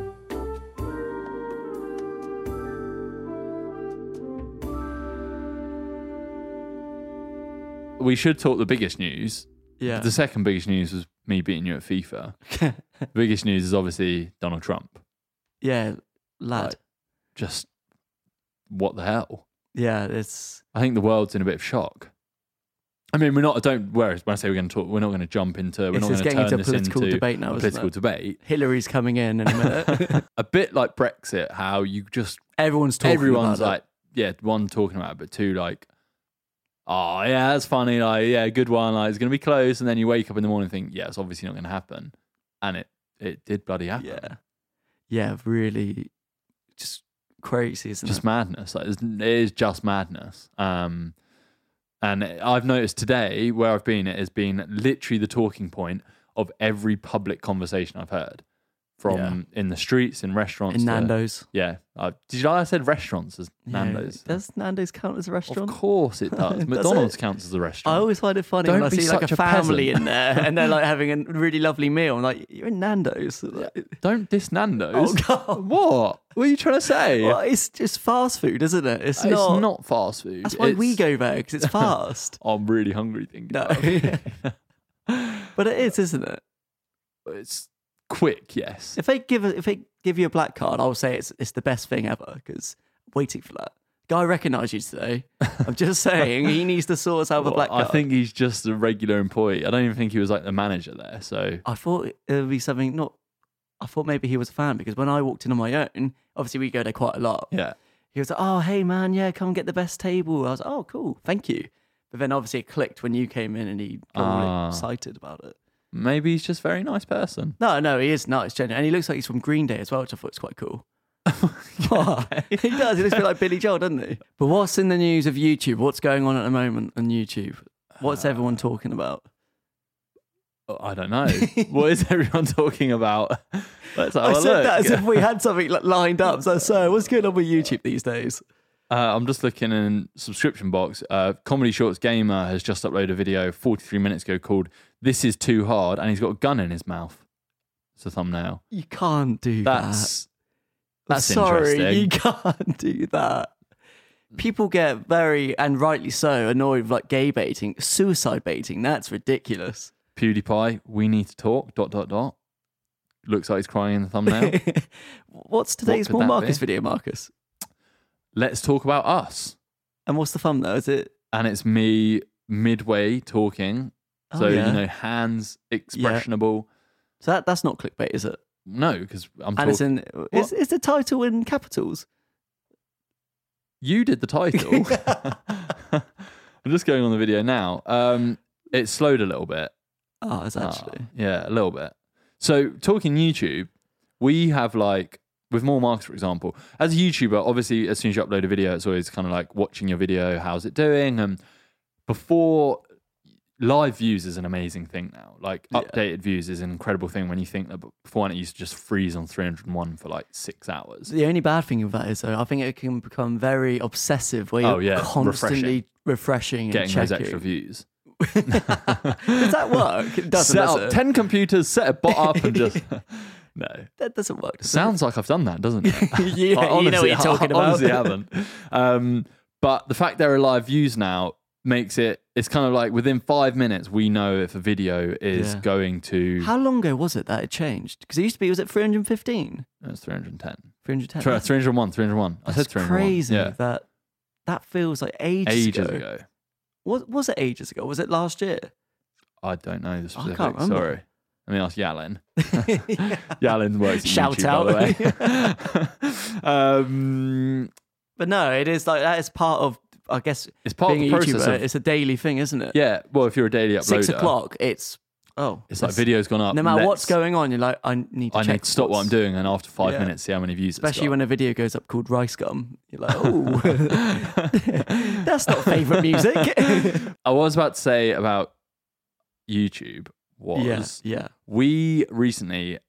Speaker 1: We should talk the biggest news.
Speaker 2: yeah.
Speaker 1: The second biggest news was me beating you at FIFA. the biggest news is obviously Donald Trump.
Speaker 2: yeah, lad.
Speaker 1: Like, just what the hell?
Speaker 2: Yeah, it's
Speaker 1: I think the world's in a bit of shock. I mean, we're not. I don't. Where when I say we're going to talk, we're not going to jump into. We're
Speaker 2: It's
Speaker 1: not
Speaker 2: just
Speaker 1: going to
Speaker 2: getting
Speaker 1: turn
Speaker 2: into
Speaker 1: this
Speaker 2: political
Speaker 1: into
Speaker 2: debate now,
Speaker 1: a
Speaker 2: isn't
Speaker 1: political
Speaker 2: it?
Speaker 1: debate.
Speaker 2: Hillary's coming in in a minute.
Speaker 1: A bit like Brexit, how you just
Speaker 2: Everyone's talking.
Speaker 1: everyone's
Speaker 2: about it.
Speaker 1: like, yeah, one talking about it, but two like, oh yeah, that's funny, like yeah, good one, like it's gonna be close, and then you wake up in the morning and think, yeah, it's obviously not gonna happen, and it it did bloody happen.
Speaker 2: yeah, Uh, yeah, really, just crazy, isn't
Speaker 1: just
Speaker 2: it?
Speaker 1: madness. Like it's, it is just madness. Um, and I've noticed today where I've been, it has been literally the talking point of every public conversation I've heard from in the streets, in restaurants,
Speaker 2: In
Speaker 1: to-
Speaker 2: Nando's.
Speaker 1: yeah, I, did you know I said restaurants as
Speaker 2: Yeah.
Speaker 1: Nando's?
Speaker 2: Does Nando's count as a
Speaker 1: Of
Speaker 2: restaurant?
Speaker 1: course it does.
Speaker 2: Does
Speaker 1: McDonald's
Speaker 2: it?
Speaker 1: counts as a restaurant.
Speaker 2: I always find it funny when
Speaker 1: Don't
Speaker 2: I
Speaker 1: be
Speaker 2: see like
Speaker 1: such
Speaker 2: a
Speaker 1: a
Speaker 2: family
Speaker 1: peasant.
Speaker 2: in there and they're like having a really lovely meal. I'm like, you're in Nando's. Like,
Speaker 1: Don't diss Nando's.
Speaker 2: Oh, God.
Speaker 1: What? What are you trying to say?
Speaker 2: well, it's just fast food, isn't it? It's,
Speaker 1: it's
Speaker 2: not,
Speaker 1: not, fast food.
Speaker 2: That's why we
Speaker 1: It's-
Speaker 2: go there because it's fast.
Speaker 1: I'm really hungry thinking.
Speaker 2: no,
Speaker 1: about it.
Speaker 2: but it is, isn't it?
Speaker 1: It's quick, yes.
Speaker 2: If they give a, if they give you a black card, I'll say it's it's the best thing ever because waiting for that. Guy recognised you today. I'm just saying he needs to sort us out with a black
Speaker 1: Well,
Speaker 2: card.
Speaker 1: I think he's just a regular employee. I don't even think he was like the manager there. So
Speaker 2: I thought it would be something not. I thought maybe he was a fan because when I walked in on my own, obviously we go there quite a lot.
Speaker 1: yeah,
Speaker 2: He was like, "Oh, hey man, yeah, come get the best table." I was like, "Oh, cool, thank you." But then obviously it clicked when you came in and he got
Speaker 1: Ah.
Speaker 2: all excited about it.
Speaker 1: maybe he's just a very nice person.
Speaker 2: No, no, he is nice, genuine, and he looks like he's from Green Day as well, which I thought was quite cool. he does. He looks a bit like Billy Joel, doesn't he? But what's in the news of YouTube? What's going on at the moment on YouTube? What's everyone talking about?
Speaker 1: Oh, I don't know. what is everyone talking about? Let's have
Speaker 2: I
Speaker 1: a
Speaker 2: said
Speaker 1: oh, look.
Speaker 2: that as if we had something like, lined up. So, so what's going on with YouTube these days?
Speaker 1: Uh, I'm just looking in subscription box. Uh, Comedy Shorts Gamer has just uploaded a video 43 minutes ago called "This is Too Hard," and he's got a gun in his mouth. It's a thumbnail.
Speaker 2: You can't do that.
Speaker 1: That's that's
Speaker 2: sorry,
Speaker 1: interesting.
Speaker 2: you can't do that. People get very and rightly so annoyed with like gay baiting, suicide baiting. That's ridiculous.
Speaker 1: PewDiePie. We need to talk. Dot dot dot. Looks like he's crying in the thumbnail.
Speaker 2: What's today's
Speaker 1: could
Speaker 2: more
Speaker 1: that
Speaker 2: Marcus
Speaker 1: be?
Speaker 2: video, Marcus?
Speaker 1: Let's talk about us.
Speaker 2: And what's the thumbnail? Is it
Speaker 1: and it's me midway talking.
Speaker 2: Oh,
Speaker 1: so
Speaker 2: yeah.
Speaker 1: you know, hands expressionable.
Speaker 2: so that that's not clickbait, is it?
Speaker 1: No, because I'm
Speaker 2: And it's
Speaker 1: talking.
Speaker 2: in is, is the title in capitals?
Speaker 1: You did the title. I'm just going on the video now. Um, it slowed a little bit.
Speaker 2: Oh, it's actually
Speaker 1: Ah, yeah, a little bit. So talking YouTube, we have like with more marks, for example, as a YouTuber, obviously as soon as you upload a video, it's always kind of like watching your video, how's it doing? And before live views is an amazing thing now. Like updated views is an incredible thing when you think that before it used to just freeze on 301 for like six hours.
Speaker 2: the only bad thing of that is though I think it can become very obsessive where you're
Speaker 1: Oh, yeah,
Speaker 2: constantly refreshing, and
Speaker 1: Getting
Speaker 2: checking.
Speaker 1: those extra views.
Speaker 2: Does that work? It doesn't.
Speaker 1: set
Speaker 2: does
Speaker 1: up
Speaker 2: it?
Speaker 1: 10 computers, set a bot up and just no.
Speaker 2: that doesn't work. does it?
Speaker 1: Sounds like I've done that, doesn't it?
Speaker 2: Yeah,
Speaker 1: I
Speaker 2: you know what you're
Speaker 1: I
Speaker 2: talking about.
Speaker 1: honestly haven't. Um, but the fact there are live views now makes it. It's kind of like within five minutes we know if a video is
Speaker 2: Yeah.
Speaker 1: going to.
Speaker 2: How long ago was it that it changed? Because it used to be, was it 315?
Speaker 1: That's 310.
Speaker 2: 310?
Speaker 1: Three- 301, 301. I said
Speaker 2: That's
Speaker 1: 301.
Speaker 2: crazy
Speaker 1: Yeah.
Speaker 2: that that feels like ages,
Speaker 1: Ages ago.
Speaker 2: What, was it ages ago? Was it last year?
Speaker 1: I don't know the
Speaker 2: I can't
Speaker 1: specifics.
Speaker 2: remember.
Speaker 1: Sorry. Let me ask Yalin. Yalin works. At
Speaker 2: Shout
Speaker 1: YouTube, By the way. um,
Speaker 2: But no, it is like, that is part of, I guess,
Speaker 1: It's part of
Speaker 2: being
Speaker 1: the
Speaker 2: a
Speaker 1: process
Speaker 2: YouTuber,
Speaker 1: of-
Speaker 2: it's a daily thing, isn't it?
Speaker 1: yeah. Well, if you're a daily uploader,
Speaker 2: Six o'clock, it's, oh.
Speaker 1: It's like
Speaker 2: let's-
Speaker 1: video's gone up.
Speaker 2: No matter what's
Speaker 1: let's-
Speaker 2: going on, you're like, I need to
Speaker 1: I
Speaker 2: check
Speaker 1: need to stop what
Speaker 2: what's-
Speaker 1: I'm doing, and after five
Speaker 2: Yeah.
Speaker 1: minutes, see how many views.
Speaker 2: Especially
Speaker 1: it's
Speaker 2: when a video goes up called Rice Gum. You're like, oh, that's not favourite music.
Speaker 1: got. I was about to say about YouTube was
Speaker 2: yeah, yeah.
Speaker 1: we recently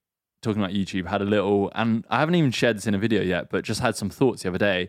Speaker 1: talking about YouTube had a little, and I haven't even shared this in a video yet, but just had some thoughts the other day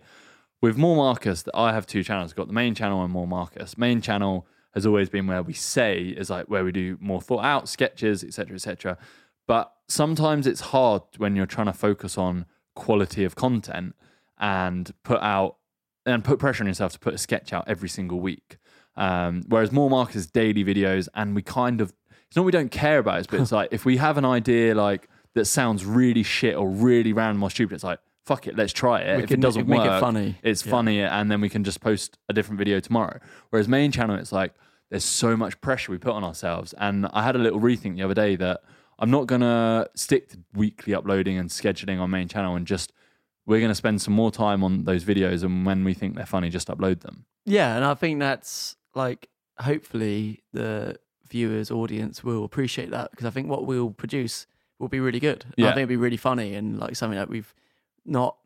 Speaker 1: with More Marcus. That I have two channels. I've got the main channel and More Marcus. Main channel has always been where we say is like where we do more thought out sketches, etc., etc. But sometimes it's hard when you're trying to focus on quality of content and put out and put pressure on yourself to put a sketch out every single week. Um, whereas more marketers daily videos, and we kind of it's not we don't care about it, but it's like if we have an idea like that sounds really shit or really random or stupid, it's like fuck it, let's try it.
Speaker 2: We
Speaker 1: if
Speaker 2: can
Speaker 1: it doesn't
Speaker 2: make it
Speaker 1: work,
Speaker 2: funny.
Speaker 1: It's
Speaker 2: Yeah.
Speaker 1: funny, and then we can just post a different video tomorrow. Whereas main channel, it's like there's so much pressure we put on ourselves. And I had a little rethink the other day that I'm not gonna stick to weekly uploading and scheduling on main channel and just we're going to spend some more time on those videos and when we think they're funny just upload them
Speaker 2: Yeah, and I think that's like hopefully the viewers, audience will appreciate that because I think what we'll produce will be really good. I
Speaker 1: Yeah.
Speaker 2: think it'll be really funny and like something that we've not.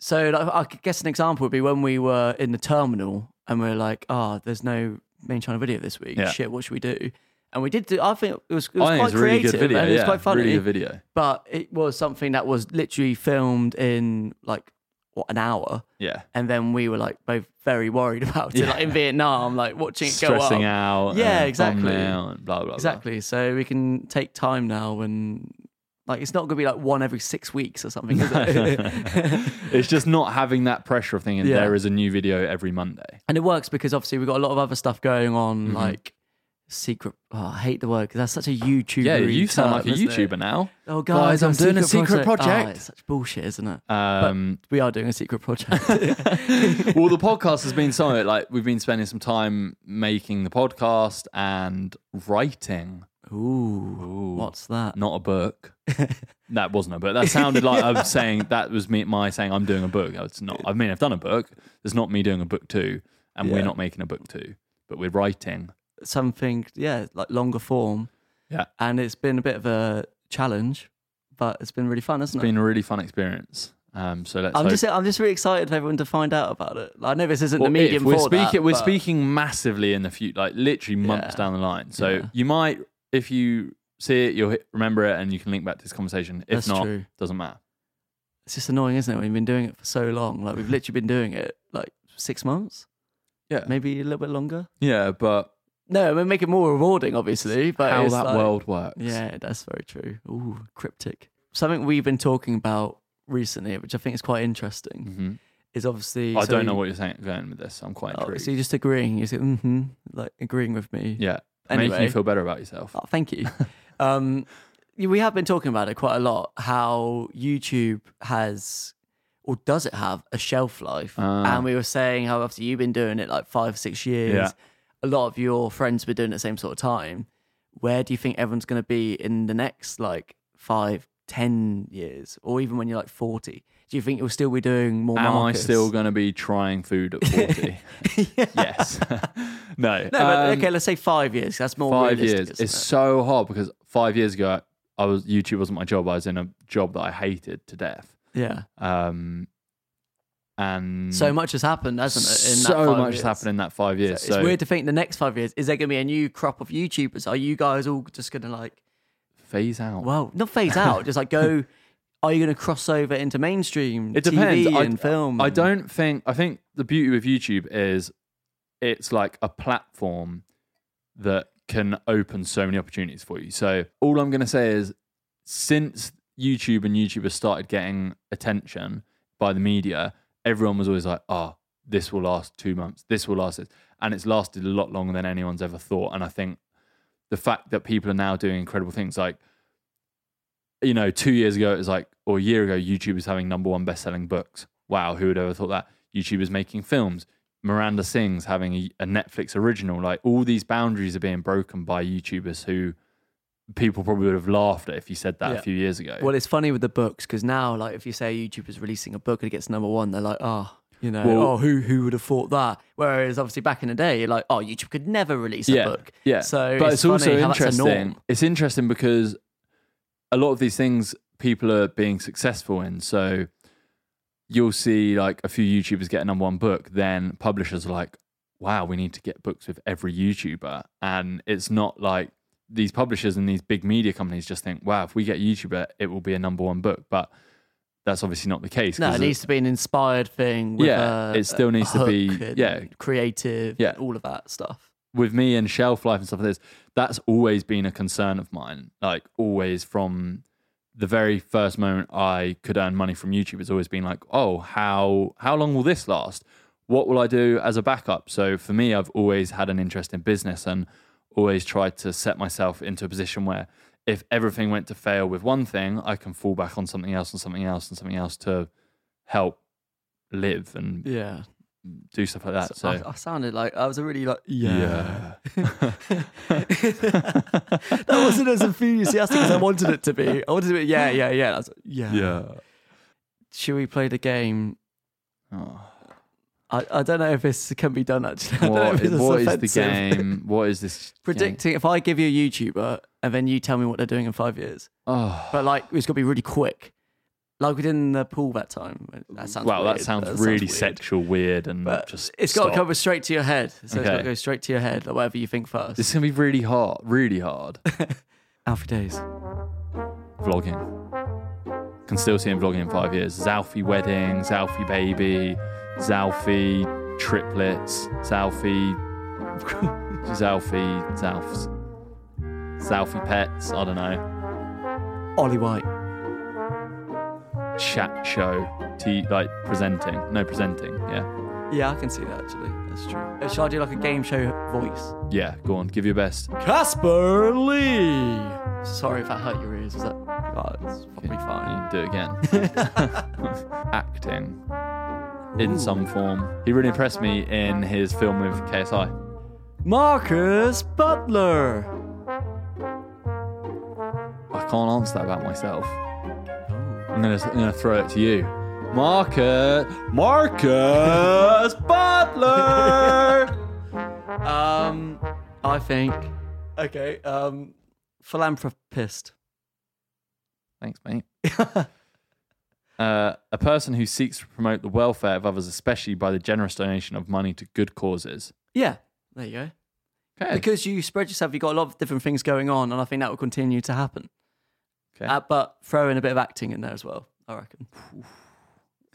Speaker 2: So like, I could guess an example would be when we were in the terminal and we are like, "Ah, there's no main channel video this week.
Speaker 1: Yeah.
Speaker 2: Shit, what should we do?" And we did do. I think it was, it was
Speaker 1: i
Speaker 2: quite
Speaker 1: think it's a really
Speaker 2: creative
Speaker 1: good video
Speaker 2: and it was
Speaker 1: yeah,
Speaker 2: quite funny
Speaker 1: really good video
Speaker 2: but it was something that was literally filmed in like what an hour
Speaker 1: yeah
Speaker 2: and then we were like both very worried about it
Speaker 1: Yeah.
Speaker 2: like in vietnam like watching it
Speaker 1: stressing
Speaker 2: go up
Speaker 1: out
Speaker 2: Yeah,
Speaker 1: and
Speaker 2: exactly.
Speaker 1: thumbnail and blah blah blah
Speaker 2: exactly so we can take time now and like it's not gonna be like one every six weeks or something is it?
Speaker 1: it's just not having that pressure of thinking
Speaker 2: Yeah.
Speaker 1: there is a new video every monday Mm-hmm.
Speaker 2: and it works because obviously we've got a lot of other stuff going on like secret. Oh, I hate the word because that's such a YouTuber.
Speaker 1: Yeah, you sound like a YouTuber now.
Speaker 2: Oh,
Speaker 1: guys,
Speaker 2: guys,
Speaker 1: I'm
Speaker 2: a
Speaker 1: doing a secret
Speaker 2: Oh,
Speaker 1: project.
Speaker 2: it's such bullshit, isn't it?
Speaker 1: Um,
Speaker 2: we are doing a secret project.
Speaker 1: well, the podcast has been something like we've been spending some time making the podcast and writing.
Speaker 2: Ooh, what's that?
Speaker 1: Not a book. that wasn't a book. That sounded like I was saying that was me. My saying I'm doing a book. It's not. I mean, I've done a book. It's not me doing a book two, and we're
Speaker 2: Yeah.
Speaker 1: not making a book two, but we're writing.
Speaker 2: Something, yeah, like longer form.
Speaker 1: Yeah.
Speaker 2: And it's been a bit of a challenge, but it's been really fun, hasn't
Speaker 1: It's
Speaker 2: it?
Speaker 1: been a really fun experience. Um, so let's.
Speaker 2: I'm
Speaker 1: hope-
Speaker 2: just, I'm just really excited for everyone to find out about it. Like, I know this isn't
Speaker 1: Well,
Speaker 2: the
Speaker 1: if
Speaker 2: medium
Speaker 1: we're
Speaker 2: for
Speaker 1: speaking,
Speaker 2: that,
Speaker 1: we're
Speaker 2: but-
Speaker 1: speaking massively in the future, like literally months
Speaker 2: Yeah.
Speaker 1: down the line. So
Speaker 2: Yeah.
Speaker 1: you might, if you see it, you'll hit, remember it, and you can link back to this conversation. If
Speaker 2: That's
Speaker 1: not,
Speaker 2: true.
Speaker 1: doesn't matter.
Speaker 2: It's just annoying, isn't it? When you've been doing it for so long, like we've literally been doing it like six months,
Speaker 1: Yeah,
Speaker 2: maybe a little bit longer.
Speaker 1: yeah, but
Speaker 2: No, we make it more rewarding, obviously. But
Speaker 1: how
Speaker 2: it's
Speaker 1: that
Speaker 2: like-
Speaker 1: world works.
Speaker 2: Yeah, that's very true. Ooh, cryptic. Something we've been talking about recently, which I think is quite interesting,
Speaker 1: Mhm.
Speaker 2: is obviously.
Speaker 1: I
Speaker 2: so
Speaker 1: don't
Speaker 2: you-
Speaker 1: know what you're saying going with this. I'm quite
Speaker 2: Oh,
Speaker 1: intrigued.
Speaker 2: so you're just agreeing. You say, mm-hmm, like agreeing with me.
Speaker 1: yeah, making you
Speaker 2: Anyway.
Speaker 1: feel better about yourself.
Speaker 2: Oh, thank you. um, y- we have been talking about it quite a lot. How YouTube has, or does it have, a shelf life?
Speaker 1: Ah.
Speaker 2: and we were saying how after you've been doing it like five, six years,
Speaker 1: Yeah.
Speaker 2: a lot of your friends were doing it at the same sort of time. Where do you think everyone's going to be in the next like five, ten years, or even when you're like forty? Do you think you'll still be doing more?
Speaker 1: Am I
Speaker 2: Marcus?
Speaker 1: still going to be trying food at 40? Yes. no.
Speaker 2: No, but
Speaker 1: um,
Speaker 2: okay. Let's say five years. That's more
Speaker 1: five
Speaker 2: realistic,
Speaker 1: years.
Speaker 2: isn't
Speaker 1: It's
Speaker 2: it?
Speaker 1: so hard because five years ago, I was YouTube wasn't my job. I was in a job that I hated to death.
Speaker 2: yeah.
Speaker 1: Um, and
Speaker 2: So much has happened, hasn't it? In that
Speaker 1: so
Speaker 2: five
Speaker 1: much has
Speaker 2: years?
Speaker 1: happened in that five years.
Speaker 2: It's
Speaker 1: So,
Speaker 2: weird to think the next five years is there going to be a new crop of YouTubers? Are you guys all just going to like,
Speaker 1: phase out.
Speaker 2: well, not phase out, just like go? Are you going to cross over into mainstream?
Speaker 1: it depends.
Speaker 2: TV
Speaker 1: I,
Speaker 2: and film.
Speaker 1: I don't think. I think the beauty with YouTube is it's like a platform that can open so many opportunities for you. So all I'm going to say is, since YouTube and YouTubers started getting attention by the media, everyone was always like, "Oh, this will last two months. This will last this," and it's lasted a lot longer than anyone's ever thought. And I think the fact that people are now doing incredible things like you know, two years ago, it was like, or a year ago, YouTube was having number one best selling books. Wow, who would ever thought that? YouTube is making films. Miranda Sings having a, a Netflix original. Like, all these boundaries are being broken by YouTubers who people probably would have laughed at if you said that
Speaker 2: Yeah.
Speaker 1: a few years ago.
Speaker 2: Well, it's funny with the books because now, like, if you say a YouTuber's releasing a book and it gets number one, they're like, oh, you know,
Speaker 1: Well-
Speaker 2: oh, who who would have thought that? Whereas obviously back in the day, you're like, oh, YouTube could never release a
Speaker 1: yeah,
Speaker 2: book.
Speaker 1: Yeah.
Speaker 2: So
Speaker 1: but it's,
Speaker 2: funny
Speaker 1: also
Speaker 2: how
Speaker 1: interesting.
Speaker 2: That's a norm.
Speaker 1: It's interesting because a lot of these things people are being successful in. So you'll see like a few YouTubers get a number one book, then publishers are like, wow, we need to get books with every YouTuber. And it's not like these publishers and these big media companies just think, wow, if we get a YouTuber, it will be a number one book. But that's obviously not the case.
Speaker 2: No,
Speaker 1: 'cause
Speaker 2: it
Speaker 1: of-
Speaker 2: needs to be an inspired thing. With
Speaker 1: Yeah,
Speaker 2: a-
Speaker 1: it still
Speaker 2: a
Speaker 1: needs to be-
Speaker 2: hook and
Speaker 1: yeah.
Speaker 2: creative.
Speaker 1: Yeah.
Speaker 2: and all of that stuff.
Speaker 1: with me and shelf life and stuff like this, that's always been a concern of mine. Like always from the very first moment I could earn money from YouTube, it's always been like, oh, how how long will this last? What will I do as a backup? So for me, I've always had an interest in business and always tried to set myself into a position where if everything went to fail with one thing, I can fall back on something else and something else and something else to help live and
Speaker 2: Yeah.
Speaker 1: do stuff like that. So,
Speaker 2: I, I sounded like I was a really like
Speaker 1: yeah.
Speaker 2: that wasn't as enthusiastic as I wanted it to be. I wanted to be yeah yeah yeah I was like, yeah. Should we play the game?
Speaker 1: Oh.
Speaker 2: I, I don't know if this can be done actually. I don't know
Speaker 1: What,
Speaker 2: if it's
Speaker 1: what is the
Speaker 2: offensive.
Speaker 1: game? What is this? game?
Speaker 2: Predicting if I give you a YouTuber and then you tell me what they're doing in five years,
Speaker 1: Oh,
Speaker 2: but like it's got to be really quick, like we did in the pool that time. That sounds
Speaker 1: wow,
Speaker 2: weird.
Speaker 1: that sounds
Speaker 2: weird.
Speaker 1: really sexual, weird, and
Speaker 2: But
Speaker 1: just.
Speaker 2: it's got to
Speaker 1: stop.
Speaker 2: come straight to your head. So it's got
Speaker 1: Okay.
Speaker 2: to go straight to your head, like whatever you think first.
Speaker 1: This is gonna be really hard, really hard.
Speaker 2: Alfie Days.
Speaker 1: vlogging. Can still see him vlogging in five years. Zalfie wedding, Zalfie baby, Zalfie triplets, Zalfie, Zalfie, Zalfs, Zalfie pets. I don't know.
Speaker 2: Ollie White.
Speaker 1: chat show t like presenting no presenting yeah
Speaker 2: Yeah, I can see that actually. That's true. Uh, Shall I do like a game show voice?
Speaker 1: Yeah, go on, give your best.
Speaker 2: Casper Lee. Sorry if that hurt your ears. Is that? Oh, it's probably fine.
Speaker 1: You do it again. Acting in some form. He really impressed me in his film with KSI.
Speaker 2: Marcus Butler.
Speaker 1: I can't answer that about myself. I'm gonna, I'm gonna throw it to you, Marcus. Marcus Butler.
Speaker 2: Um, I think. Okay. Um, philanthropist.
Speaker 1: Thanks, mate. Uh, a person who seeks to promote the welfare of others, especially by the generous donation of money to good causes.
Speaker 2: Yeah. There you go.
Speaker 1: Okay.
Speaker 2: Because you spread yourself, you've got a lot of different things going on, and I think that will continue to happen.
Speaker 1: Okay.
Speaker 2: Uh, but throw in a bit of acting in there as well, I reckon.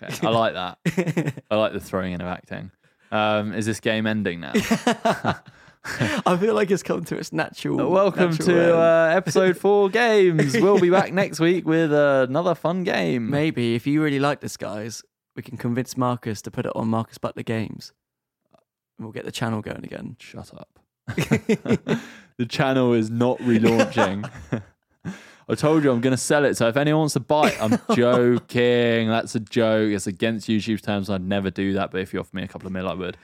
Speaker 1: Okay, I like that. I like the throwing in of acting. Um, is this game ending now?
Speaker 2: I feel like it's come to its natural.
Speaker 1: Welcome
Speaker 2: natural
Speaker 1: to
Speaker 2: end.
Speaker 1: uh, episode four games. We'll be back next week with another fun game.
Speaker 2: Maybe if you really like this, guys, we can convince Marcus to put it on Marcus Butler Games. And we'll get the channel going again.
Speaker 1: Shut up. the channel is not relaunching. I told you I'm going to sell it. So if anyone wants to buy it, I'm joking. That's a joke. It's against YouTube's terms. I'd never do that. But if you offer me a couple of mil, I would.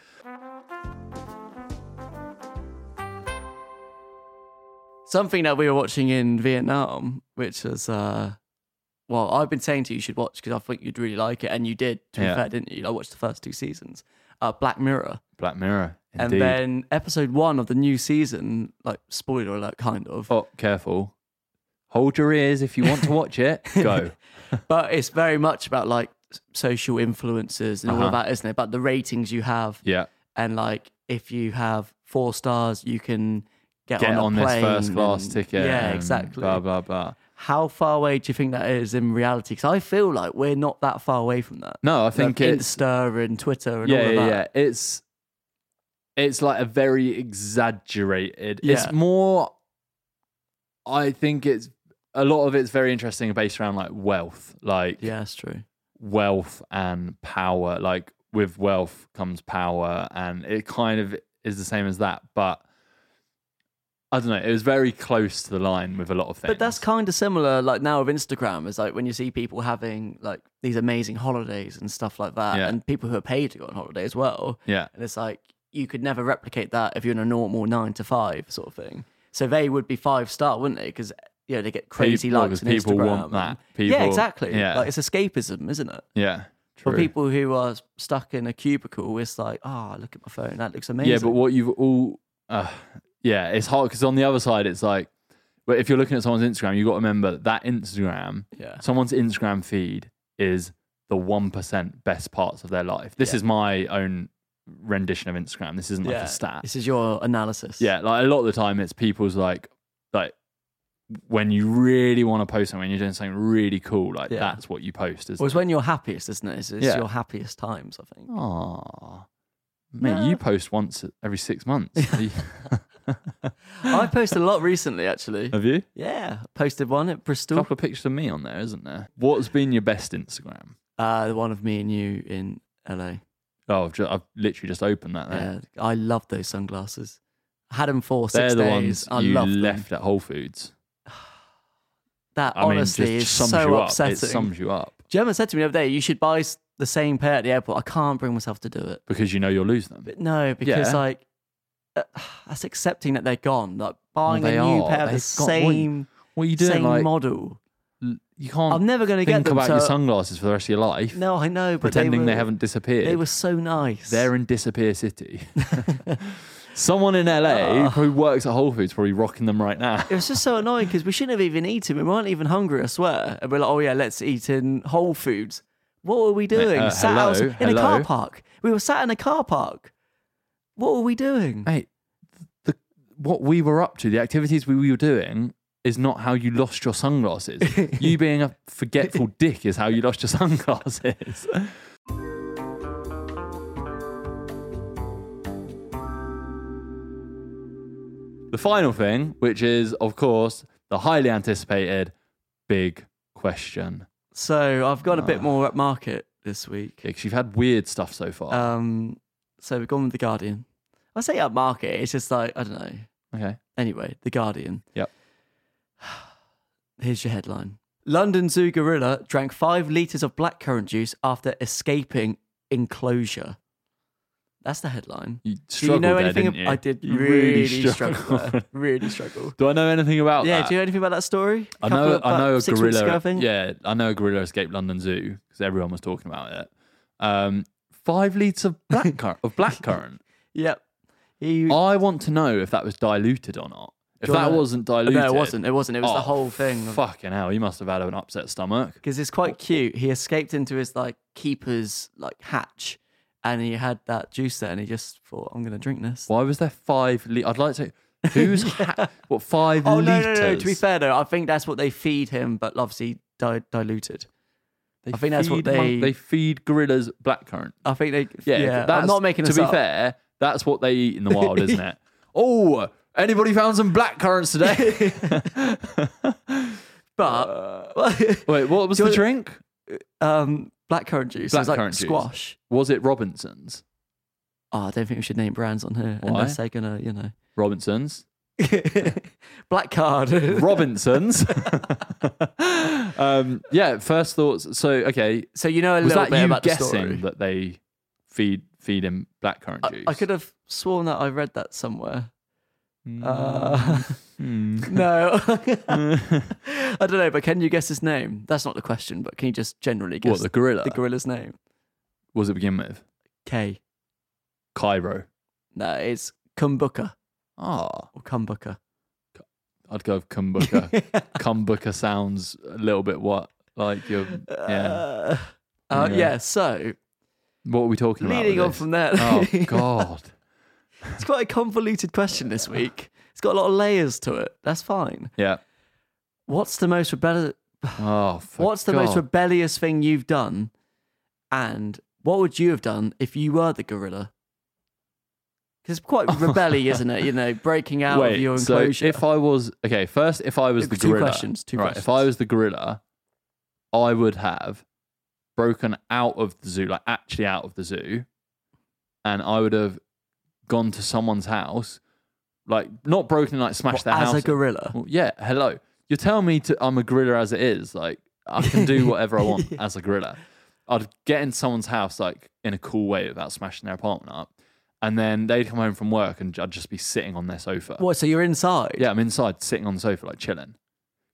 Speaker 2: Something that we were watching in Vietnam, which was, uh, well, I've been saying to you, you should watch because I think you'd really like it. And you did, to
Speaker 1: Yeah.
Speaker 2: be fair, didn't you? I watched the first two seasons. Uh, Black Mirror.
Speaker 1: Black Mirror.
Speaker 2: And
Speaker 1: Indeed.
Speaker 2: then episode one of the new season, like spoiler alert, kind of.
Speaker 1: Oh, careful. Hold your ears if you want to watch it. Go.
Speaker 2: But it's very much about like s- social influences and all of that, isn't it? About the ratings you have.
Speaker 1: Uh-huh. Yeah.
Speaker 2: and like if you have four stars, you can get,
Speaker 1: Get
Speaker 2: on,
Speaker 1: on
Speaker 2: a
Speaker 1: this
Speaker 2: plane
Speaker 1: first class
Speaker 2: and-
Speaker 1: ticket.
Speaker 2: Yeah,
Speaker 1: and
Speaker 2: exactly.
Speaker 1: Blah, blah, blah.
Speaker 2: How far away do you think that is in reality? Because I feel like we're not that far away from that.
Speaker 1: No, I
Speaker 2: Like
Speaker 1: think it's.
Speaker 2: Insta and Twitter and
Speaker 1: yeah,
Speaker 2: all of
Speaker 1: yeah,
Speaker 2: that.
Speaker 1: yeah. It's it's like a very exaggerated.
Speaker 2: Yeah.
Speaker 1: It's more. I think it's a lot of it's very interesting, based around like wealth, like
Speaker 2: Yeah, that's true.
Speaker 1: wealth and power. Like with wealth comes power, and it kind of is the same as that. But I don't know. It was very close to the line with a lot of things.
Speaker 2: But that's kind of similar, like now with Instagram, is like when you see people having like these amazing holidays and stuff like that,
Speaker 1: Yeah.
Speaker 2: and people who are paid to go on holiday as well.
Speaker 1: yeah.
Speaker 2: And it's like you could never replicate that if you're in a normal nine to five sort of thing. So they would be five star, wouldn't they? Because you know they get crazy
Speaker 1: People-
Speaker 2: likes on
Speaker 1: because people
Speaker 2: Instagram.
Speaker 1: want
Speaker 2: and-
Speaker 1: that.
Speaker 2: yeah,
Speaker 1: People-
Speaker 2: exactly.
Speaker 1: yeah.
Speaker 2: like it's escapism, isn't it?
Speaker 1: Yeah.
Speaker 2: For people who are stuck in a cubicle, it's like, oh, look at my phone. That looks amazing.
Speaker 1: Yeah, but what you've all, uh, yeah, it's hard because on the other side, it's like, but if you're looking at someone's Instagram, you've got to remember that Instagram,
Speaker 2: Yeah.
Speaker 1: someone's Instagram feed is the 1% best parts of their life. This is my own rendition of Instagram. This isn't like
Speaker 2: Yeah,
Speaker 1: a stat.
Speaker 2: This is your analysis.
Speaker 1: Yeah, like a lot of the time, it's people's like, like when you really want to post something, when you're doing something really cool, like
Speaker 2: Yeah.
Speaker 1: that's what you post. Is
Speaker 2: Well, it's when you're happiest, isn't it? It's, it's
Speaker 1: Yeah.
Speaker 2: your happiest times, I think.
Speaker 1: Aww. Mate, you post once every six months.
Speaker 2: I posted a lot recently, actually.
Speaker 1: Have you?
Speaker 2: Yeah, posted one at
Speaker 1: A
Speaker 2: Bristol.
Speaker 1: couple of pictures of me on there, isn't there? What's been your best Instagram?
Speaker 2: Uh, the one of me and you in LA.
Speaker 1: Oh, I've, just, I've literally just opened that. There.
Speaker 2: Yeah, Uh, I love those sunglasses. Had them for
Speaker 1: They're
Speaker 2: 6
Speaker 1: the
Speaker 2: days.
Speaker 1: ones
Speaker 2: I
Speaker 1: you
Speaker 2: love them.
Speaker 1: left at Whole Foods.
Speaker 2: That
Speaker 1: I
Speaker 2: honestly
Speaker 1: mean, just,
Speaker 2: is
Speaker 1: sums
Speaker 2: so
Speaker 1: you
Speaker 2: upsetting.
Speaker 1: up. It sums you up
Speaker 2: German said to me the other day, "You should buy s- the same pair at the airport." I can't bring myself to do it.
Speaker 1: because you know you'll lose them.
Speaker 2: But no, because
Speaker 1: Yeah.
Speaker 2: like uh, that's accepting that they're gone. Like buying
Speaker 1: Oh, they
Speaker 2: a new
Speaker 1: are.
Speaker 2: pair of the
Speaker 1: They've got- what-
Speaker 2: same
Speaker 1: What are you doing?
Speaker 2: same
Speaker 1: like,
Speaker 2: model.
Speaker 1: you can't.
Speaker 2: I'm never gonna
Speaker 1: think
Speaker 2: get them,
Speaker 1: about your
Speaker 2: so-
Speaker 1: sunglasses for the rest of your life.
Speaker 2: No, I know, but
Speaker 1: pretending
Speaker 2: they,
Speaker 1: they,
Speaker 2: were-
Speaker 1: haven't disappeared.
Speaker 2: They were so nice.
Speaker 1: They're in Disappear City. Someone in
Speaker 2: Ah.
Speaker 1: LA who works at Whole Foods probably rocking them right now.
Speaker 2: It was just so annoying because we shouldn't have even eaten. We weren't even hungry, I swear. And we're like, oh yeah, let's eat in Whole Foods. What were we doing?
Speaker 1: uh,
Speaker 2: sat
Speaker 1: hello?
Speaker 2: outs- in a car
Speaker 1: Hello?
Speaker 2: park. We were sat in a car park. What were we doing?
Speaker 1: Mate, the, what we were up to, the activities we were doing, is not how you lost your sunglasses. you being a forgetful dick is how you lost your sunglasses. the final thing, which is, of course, the highly anticipated big question. Ah.
Speaker 2: So I've gone a bit more at market this week.
Speaker 1: Because you've had weird stuff so far.
Speaker 2: Um, So we've gone with The Guardian. I say upmarket, it's just like, I don't know.
Speaker 1: Okay.
Speaker 2: Anyway, The Guardian.
Speaker 1: Yep.
Speaker 2: Here's your headline London Zoo gorilla drank five litres of blackcurrant juice after escaping enclosure. That's the headline.
Speaker 1: You
Speaker 2: Do you
Speaker 1: struggled
Speaker 2: know
Speaker 1: there,
Speaker 2: anything?
Speaker 1: didn't
Speaker 2: ab-
Speaker 1: you?
Speaker 2: I did
Speaker 1: You
Speaker 2: really,
Speaker 1: struggled.
Speaker 2: struggle. there. really struggle.
Speaker 1: Do I know anything about
Speaker 2: Yeah,
Speaker 1: that?
Speaker 2: do you know anything about that story?
Speaker 1: I
Speaker 2: A couple
Speaker 1: know,
Speaker 2: of,
Speaker 1: I
Speaker 2: about
Speaker 1: know a
Speaker 2: six
Speaker 1: gorilla.
Speaker 2: Weeks ago, I think.
Speaker 1: Yeah, I know a gorilla escaped London Zoo because everyone was talking about it. Um, five litres of black cur- of blackcurrant.
Speaker 2: Yep. He,
Speaker 1: I want to know if that was diluted or not. If
Speaker 2: Do you
Speaker 1: that
Speaker 2: wanna-
Speaker 1: wasn't diluted,
Speaker 2: No, it wasn't. It wasn't. It was
Speaker 1: Oh,
Speaker 2: the whole thing.
Speaker 1: Fucking hell, you must have had an upset stomach.
Speaker 2: Because it's quite cute. He escaped into his like keeper's like hatch, and he had that juice there, and he just thought, "I'm gonna drink this."
Speaker 1: Why was there five? Li- I'd like to. Who's ha- what? Five
Speaker 2: Oh no,
Speaker 1: liters?
Speaker 2: no, no! To be fair though, I think that's what they feed him, but obviously di- diluted.
Speaker 1: They
Speaker 2: I think that's
Speaker 1: feed
Speaker 2: what
Speaker 1: mon-
Speaker 2: they-
Speaker 1: they feed gorillas blackcurrant.
Speaker 2: I think they.
Speaker 1: Yeah,
Speaker 2: Yeah,
Speaker 1: that's,
Speaker 2: I'm not making
Speaker 1: To
Speaker 2: this
Speaker 1: be
Speaker 2: up.
Speaker 1: fair, that's what they eat in the wild, isn't it? Oh, anybody found some blackcurrants today?
Speaker 2: but
Speaker 1: Wait, what was
Speaker 2: Do you
Speaker 1: the
Speaker 2: wanna-
Speaker 1: drink?
Speaker 2: um, blackcurrant juice. Blackcurrant like
Speaker 1: Blackcurrant juice.
Speaker 2: squash.
Speaker 1: Was it Robinson's?
Speaker 2: Oh, I don't think we should name brands on here
Speaker 1: Why?
Speaker 2: unless they're gonna, you know,
Speaker 1: Robinson's.
Speaker 2: black card.
Speaker 1: Robinson's. um, yeah. First thoughts. So okay,
Speaker 2: so you know a
Speaker 1: was
Speaker 2: little
Speaker 1: that
Speaker 2: bit
Speaker 1: you
Speaker 2: about the
Speaker 1: guessing
Speaker 2: story.
Speaker 1: that they feed feed him blackcurrant
Speaker 2: I,
Speaker 1: juice?
Speaker 2: I could have sworn that I read that somewhere.
Speaker 1: Mm-hmm.
Speaker 2: Uh,
Speaker 1: Hmm.
Speaker 2: no, I don't know. But can you guess his name? That's not the question. But can you just generally guess
Speaker 1: What the gorilla?
Speaker 2: the gorilla's name?
Speaker 1: What does it begin with?
Speaker 2: K.
Speaker 1: Cairo.
Speaker 2: No, it's Kumbuka
Speaker 1: Ah,
Speaker 2: or Kumbuka.
Speaker 1: I'd go with Kumbuka. Kumbuka sounds a little bit what like your yeah.
Speaker 2: Uh, uh,
Speaker 1: Yeah.
Speaker 2: yeah. So
Speaker 1: What are we talking about?
Speaker 2: leading
Speaker 1: with
Speaker 2: on
Speaker 1: this?
Speaker 2: from there,
Speaker 1: Oh God.
Speaker 2: it's quite a convoluted question this week. It's got a lot of layers to it. That's fine.
Speaker 1: Yeah.
Speaker 2: What's the most rebellious?
Speaker 1: Oh. for
Speaker 2: What's the most
Speaker 1: God.
Speaker 2: rebellious thing you've done? And what would you have done if you were the gorilla? Because it's quite rebelly, isn't it? You know, breaking out
Speaker 1: Oh. Wait,
Speaker 2: of your
Speaker 1: so
Speaker 2: enclosure.
Speaker 1: if I was okay, first if I was
Speaker 2: Look,
Speaker 1: the
Speaker 2: two
Speaker 1: gorilla,
Speaker 2: questions, two
Speaker 1: right? If I
Speaker 2: questions.
Speaker 1: was the gorilla, I would have broken out of the zoo, like actually out of the zoo, and I would have gone to someone's house, like not broken, in, like smashed their
Speaker 2: as
Speaker 1: house
Speaker 2: a gorilla,
Speaker 1: Well, yeah, hello. You're telling me to, I'm a gorilla as it is. Like I can do whatever I want as a gorilla. I'd get in someone's house like in a cool way without smashing their apartment up, and then they'd come home from work and I'd just be sitting on their sofa.
Speaker 2: what? So you're inside.
Speaker 1: Yeah, I'm inside sitting on the sofa like chilling.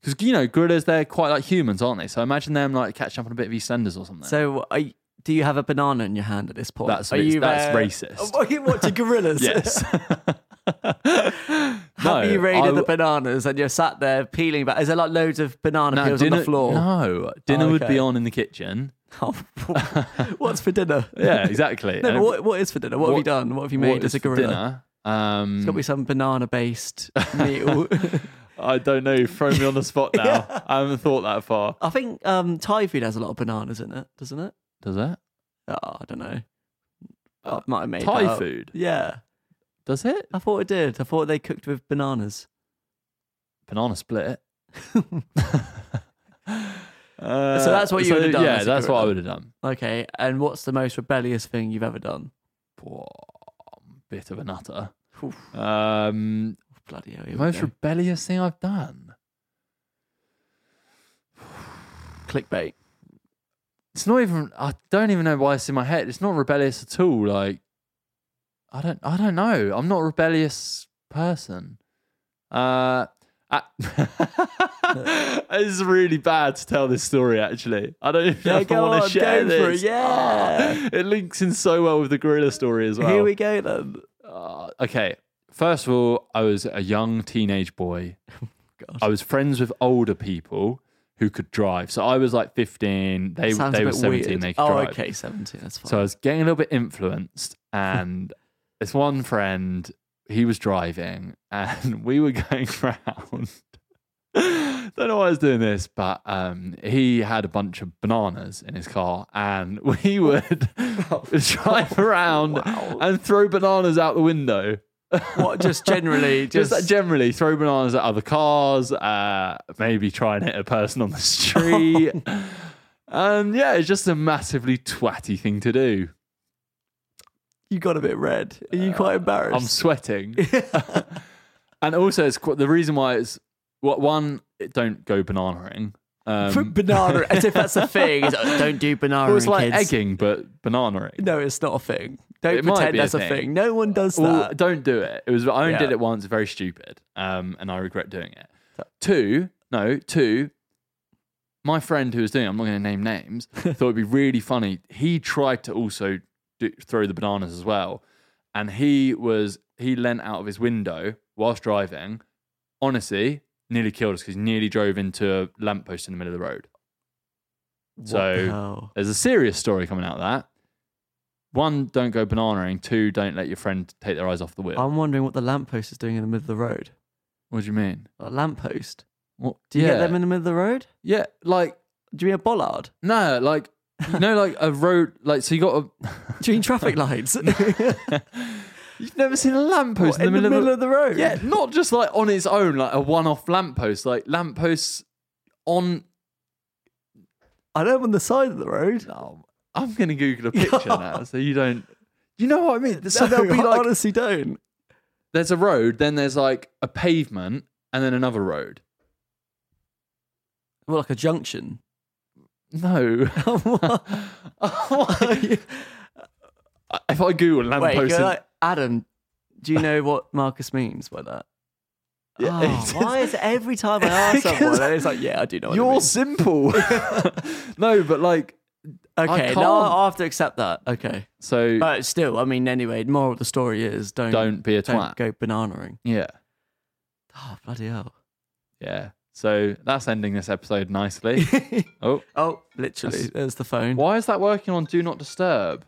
Speaker 1: Because you know gorillas, they're quite like humans, aren't they? So imagine them like catching up on a bit of EastEnders or something.
Speaker 2: So are you, do you have a banana in your hand at this point?
Speaker 1: That's
Speaker 2: are
Speaker 1: ra-
Speaker 2: you
Speaker 1: that's
Speaker 2: uh,
Speaker 1: racist.
Speaker 2: Are you watching gorillas?
Speaker 1: yes.
Speaker 2: Have
Speaker 1: No,
Speaker 2: you
Speaker 1: I-
Speaker 2: raided the bananas and you're sat there peeling back? Is there like loads of banana peels on the floor? Oh,
Speaker 1: No, dinner would be
Speaker 2: okay.
Speaker 1: on in the kitchen.
Speaker 2: What's for dinner?
Speaker 1: Yeah, exactly.
Speaker 2: No,
Speaker 1: And-
Speaker 2: but what, what is for dinner? What, have you done? What have you made
Speaker 1: what
Speaker 2: as
Speaker 1: is
Speaker 2: a
Speaker 1: for
Speaker 2: gorilla?
Speaker 1: Dinner? Um,
Speaker 2: It's got to be some banana based meal.
Speaker 1: I don't know. You've thrown me on the spot now. I haven't thought that far.
Speaker 2: I think um, Thai food has a lot of bananas in it, doesn't it?
Speaker 1: Does it?
Speaker 2: Oh, I don't know. I might have made
Speaker 1: Uh, Thai
Speaker 2: that up.
Speaker 1: food?
Speaker 2: Yeah,
Speaker 1: Does it?
Speaker 2: I thought it did. I thought they cooked with bananas.
Speaker 1: Banana split.
Speaker 2: so that's what you
Speaker 1: Uh, So,
Speaker 2: would have done.
Speaker 1: Yeah,
Speaker 2: as a
Speaker 1: that's what I
Speaker 2: gorilla.
Speaker 1: would have done.
Speaker 2: Okay, and what's the most rebellious thing you've ever done?
Speaker 1: Poor bit of a nutter. Um,
Speaker 2: Oh, Bloody hell! here
Speaker 1: the
Speaker 2: we
Speaker 1: most
Speaker 2: go.
Speaker 1: rebellious thing I've done.
Speaker 2: clickbait.
Speaker 1: It's not even. I don't even know why it's in my head. It's not rebellious at all. Like, I don't. I don't know. I'm not a rebellious person. Uh, I, it's really bad to tell this story. Actually, I don't even
Speaker 2: Yeah,
Speaker 1: know if I
Speaker 2: go
Speaker 1: want to
Speaker 2: on,
Speaker 1: share
Speaker 2: go for it,
Speaker 1: this.
Speaker 2: yeah.
Speaker 1: Ah, it links in so well with the gorilla story as well.
Speaker 2: Here we go then.
Speaker 1: Uh, okay. First of all, I was a young teenage boy. I was friends with older people who could drive. So I was like 15. They,
Speaker 2: Sounds
Speaker 1: they
Speaker 2: a
Speaker 1: were
Speaker 2: bit
Speaker 1: 17.
Speaker 2: weird.
Speaker 1: They could
Speaker 2: oh,
Speaker 1: drive.
Speaker 2: okay, seventeen. That's fine.
Speaker 1: So I was getting a little bit influenced, and this one friend, he was driving, and we were going round. Don't know why I was doing this, but um, he had a bunch of bananas in his car, and we would drive around and throw bananas out the window.
Speaker 2: what? Just generally,
Speaker 1: Just,
Speaker 2: just,
Speaker 1: like, generally throw bananas at other cars, uh, maybe try and hit a person on the street. and yeah, it's just a massively twatty thing to do.
Speaker 2: You got a bit red. Are you quite embarrassed?
Speaker 1: Uh, I'm sweating. and also, it's qu- the reason why is what one it don't go bananaing. Um,
Speaker 2: banana, as if that's a thing. It's like, don't do banana.
Speaker 1: well, it's like
Speaker 2: kids.
Speaker 1: egging, but bananaing.
Speaker 2: No, it's not a thing. Don't
Speaker 1: It might
Speaker 2: pretend
Speaker 1: be a
Speaker 2: that's a
Speaker 1: thing.
Speaker 2: thing. No one does that.
Speaker 1: Well, don't do it. It was I only
Speaker 2: Yeah.
Speaker 1: did it once, very stupid, um, and I regret doing it. Two, no, two. My friend who was doing, it, I'm not going to name names, thought it'd be really funny. He tried to also do, throw the bananas as well, and he was he leant out of his window whilst driving. Honestly, nearly killed us because he nearly drove into a lamppost in the middle of the road.
Speaker 2: What the
Speaker 1: So
Speaker 2: hell?
Speaker 1: there's a serious story coming out of that. One, don't go bananaing. Two, don't let your friend take their eyes off the wheel.
Speaker 2: I'm wondering what the lamppost is doing in the middle of the road.
Speaker 1: what do you mean?
Speaker 2: A lamppost?
Speaker 1: What?
Speaker 2: Do you
Speaker 1: yeah.
Speaker 2: get them in the middle of the road?
Speaker 1: yeah, like
Speaker 2: Do you mean a bollard?
Speaker 1: no, like you know, like a road, like so you got a.
Speaker 2: Do you mean traffic lights?
Speaker 1: You've never seen a lamppost
Speaker 2: What, in the middle of the road?
Speaker 1: Yeah, not just like on its own, like a one-off lamppost, like lampposts on.
Speaker 2: I know I'm on the side of the road.
Speaker 1: Oh, I'm gonna Google a picture now, so you don't. You know what I mean? So
Speaker 2: No,
Speaker 1: there'll be
Speaker 2: I
Speaker 1: like
Speaker 2: honestly don't.
Speaker 1: there's a road, then there's like a pavement, and then another road.
Speaker 2: Well, like a junction.
Speaker 1: No. if I Google
Speaker 2: Wait,
Speaker 1: lamppost,
Speaker 2: you're
Speaker 1: in-
Speaker 2: like, Adam, do you know what Marcus means by that?
Speaker 1: Yeah,
Speaker 2: Oh,
Speaker 1: it's-
Speaker 2: why is it every time I ask someone, and it's like, yeah, I do know what it
Speaker 1: you're
Speaker 2: means."
Speaker 1: simple. no, but like, I
Speaker 2: Okay, now
Speaker 1: can't.
Speaker 2: I have to accept that. Okay.
Speaker 1: so
Speaker 2: But still, I mean, anyway, the moral of the story is don't
Speaker 1: Don't be a twat.
Speaker 2: Don't go bananaing.
Speaker 1: yeah,
Speaker 2: Oh, bloody hell.
Speaker 1: yeah. So that's ending this episode nicely. oh,
Speaker 2: Oh, literally,
Speaker 1: That's-
Speaker 2: there's the phone.
Speaker 1: why is that working on Do Not Disturb,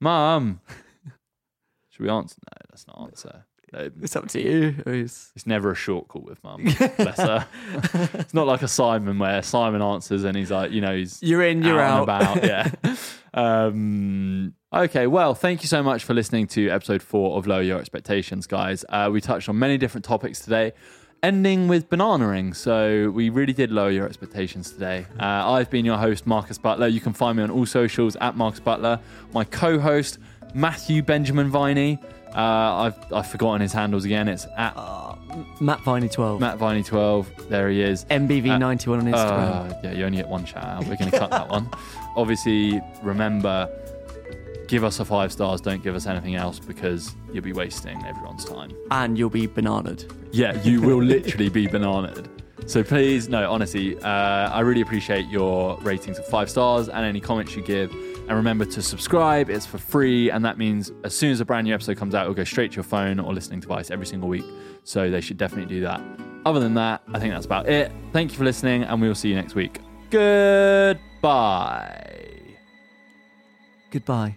Speaker 1: Mum? Should we answer? No, let's not answer. No,
Speaker 2: It's up to you. It's-
Speaker 1: It's never a short call with Mum. Bless her. it's not like a Simon where Simon answers and he's like, you know, he's
Speaker 2: You're in, you're
Speaker 1: and about. Yeah. um, okay. Well, thank you so much for listening to episode four of Lower Your Expectations, guys. Uh, we touched on many different topics today, ending with banana ring. So we really did lower your expectations today. Uh, I've been your host, Marcus Butler. You can find me on all socials at Marcus Butler. My co-host, Matthew Benjamin Viney. Uh, I've I've forgotten his handles again. It's at
Speaker 2: Matt Viney 12.
Speaker 1: Matt Viney twelve. There he is.
Speaker 2: MBV91 on Instagram.
Speaker 1: Uh, yeah, you only get one shout out. We're going to cut that one. Obviously, remember, give us a five stars. Don't give us anything else because you'll be wasting everyone's time.
Speaker 2: and you'll be bananaed.
Speaker 1: Yeah, you will literally be bananaed. So please, no, honestly, uh, I really appreciate your ratings of five stars and any comments you give. And remember to subscribe, it's for free. And that means as soon as a brand new episode comes out, it'll go straight to your phone or listening device every single week. So they should definitely do that. Other than that, I think that's about it. Thank you for listening, and we will see you next week. Goodbye.
Speaker 2: Goodbye.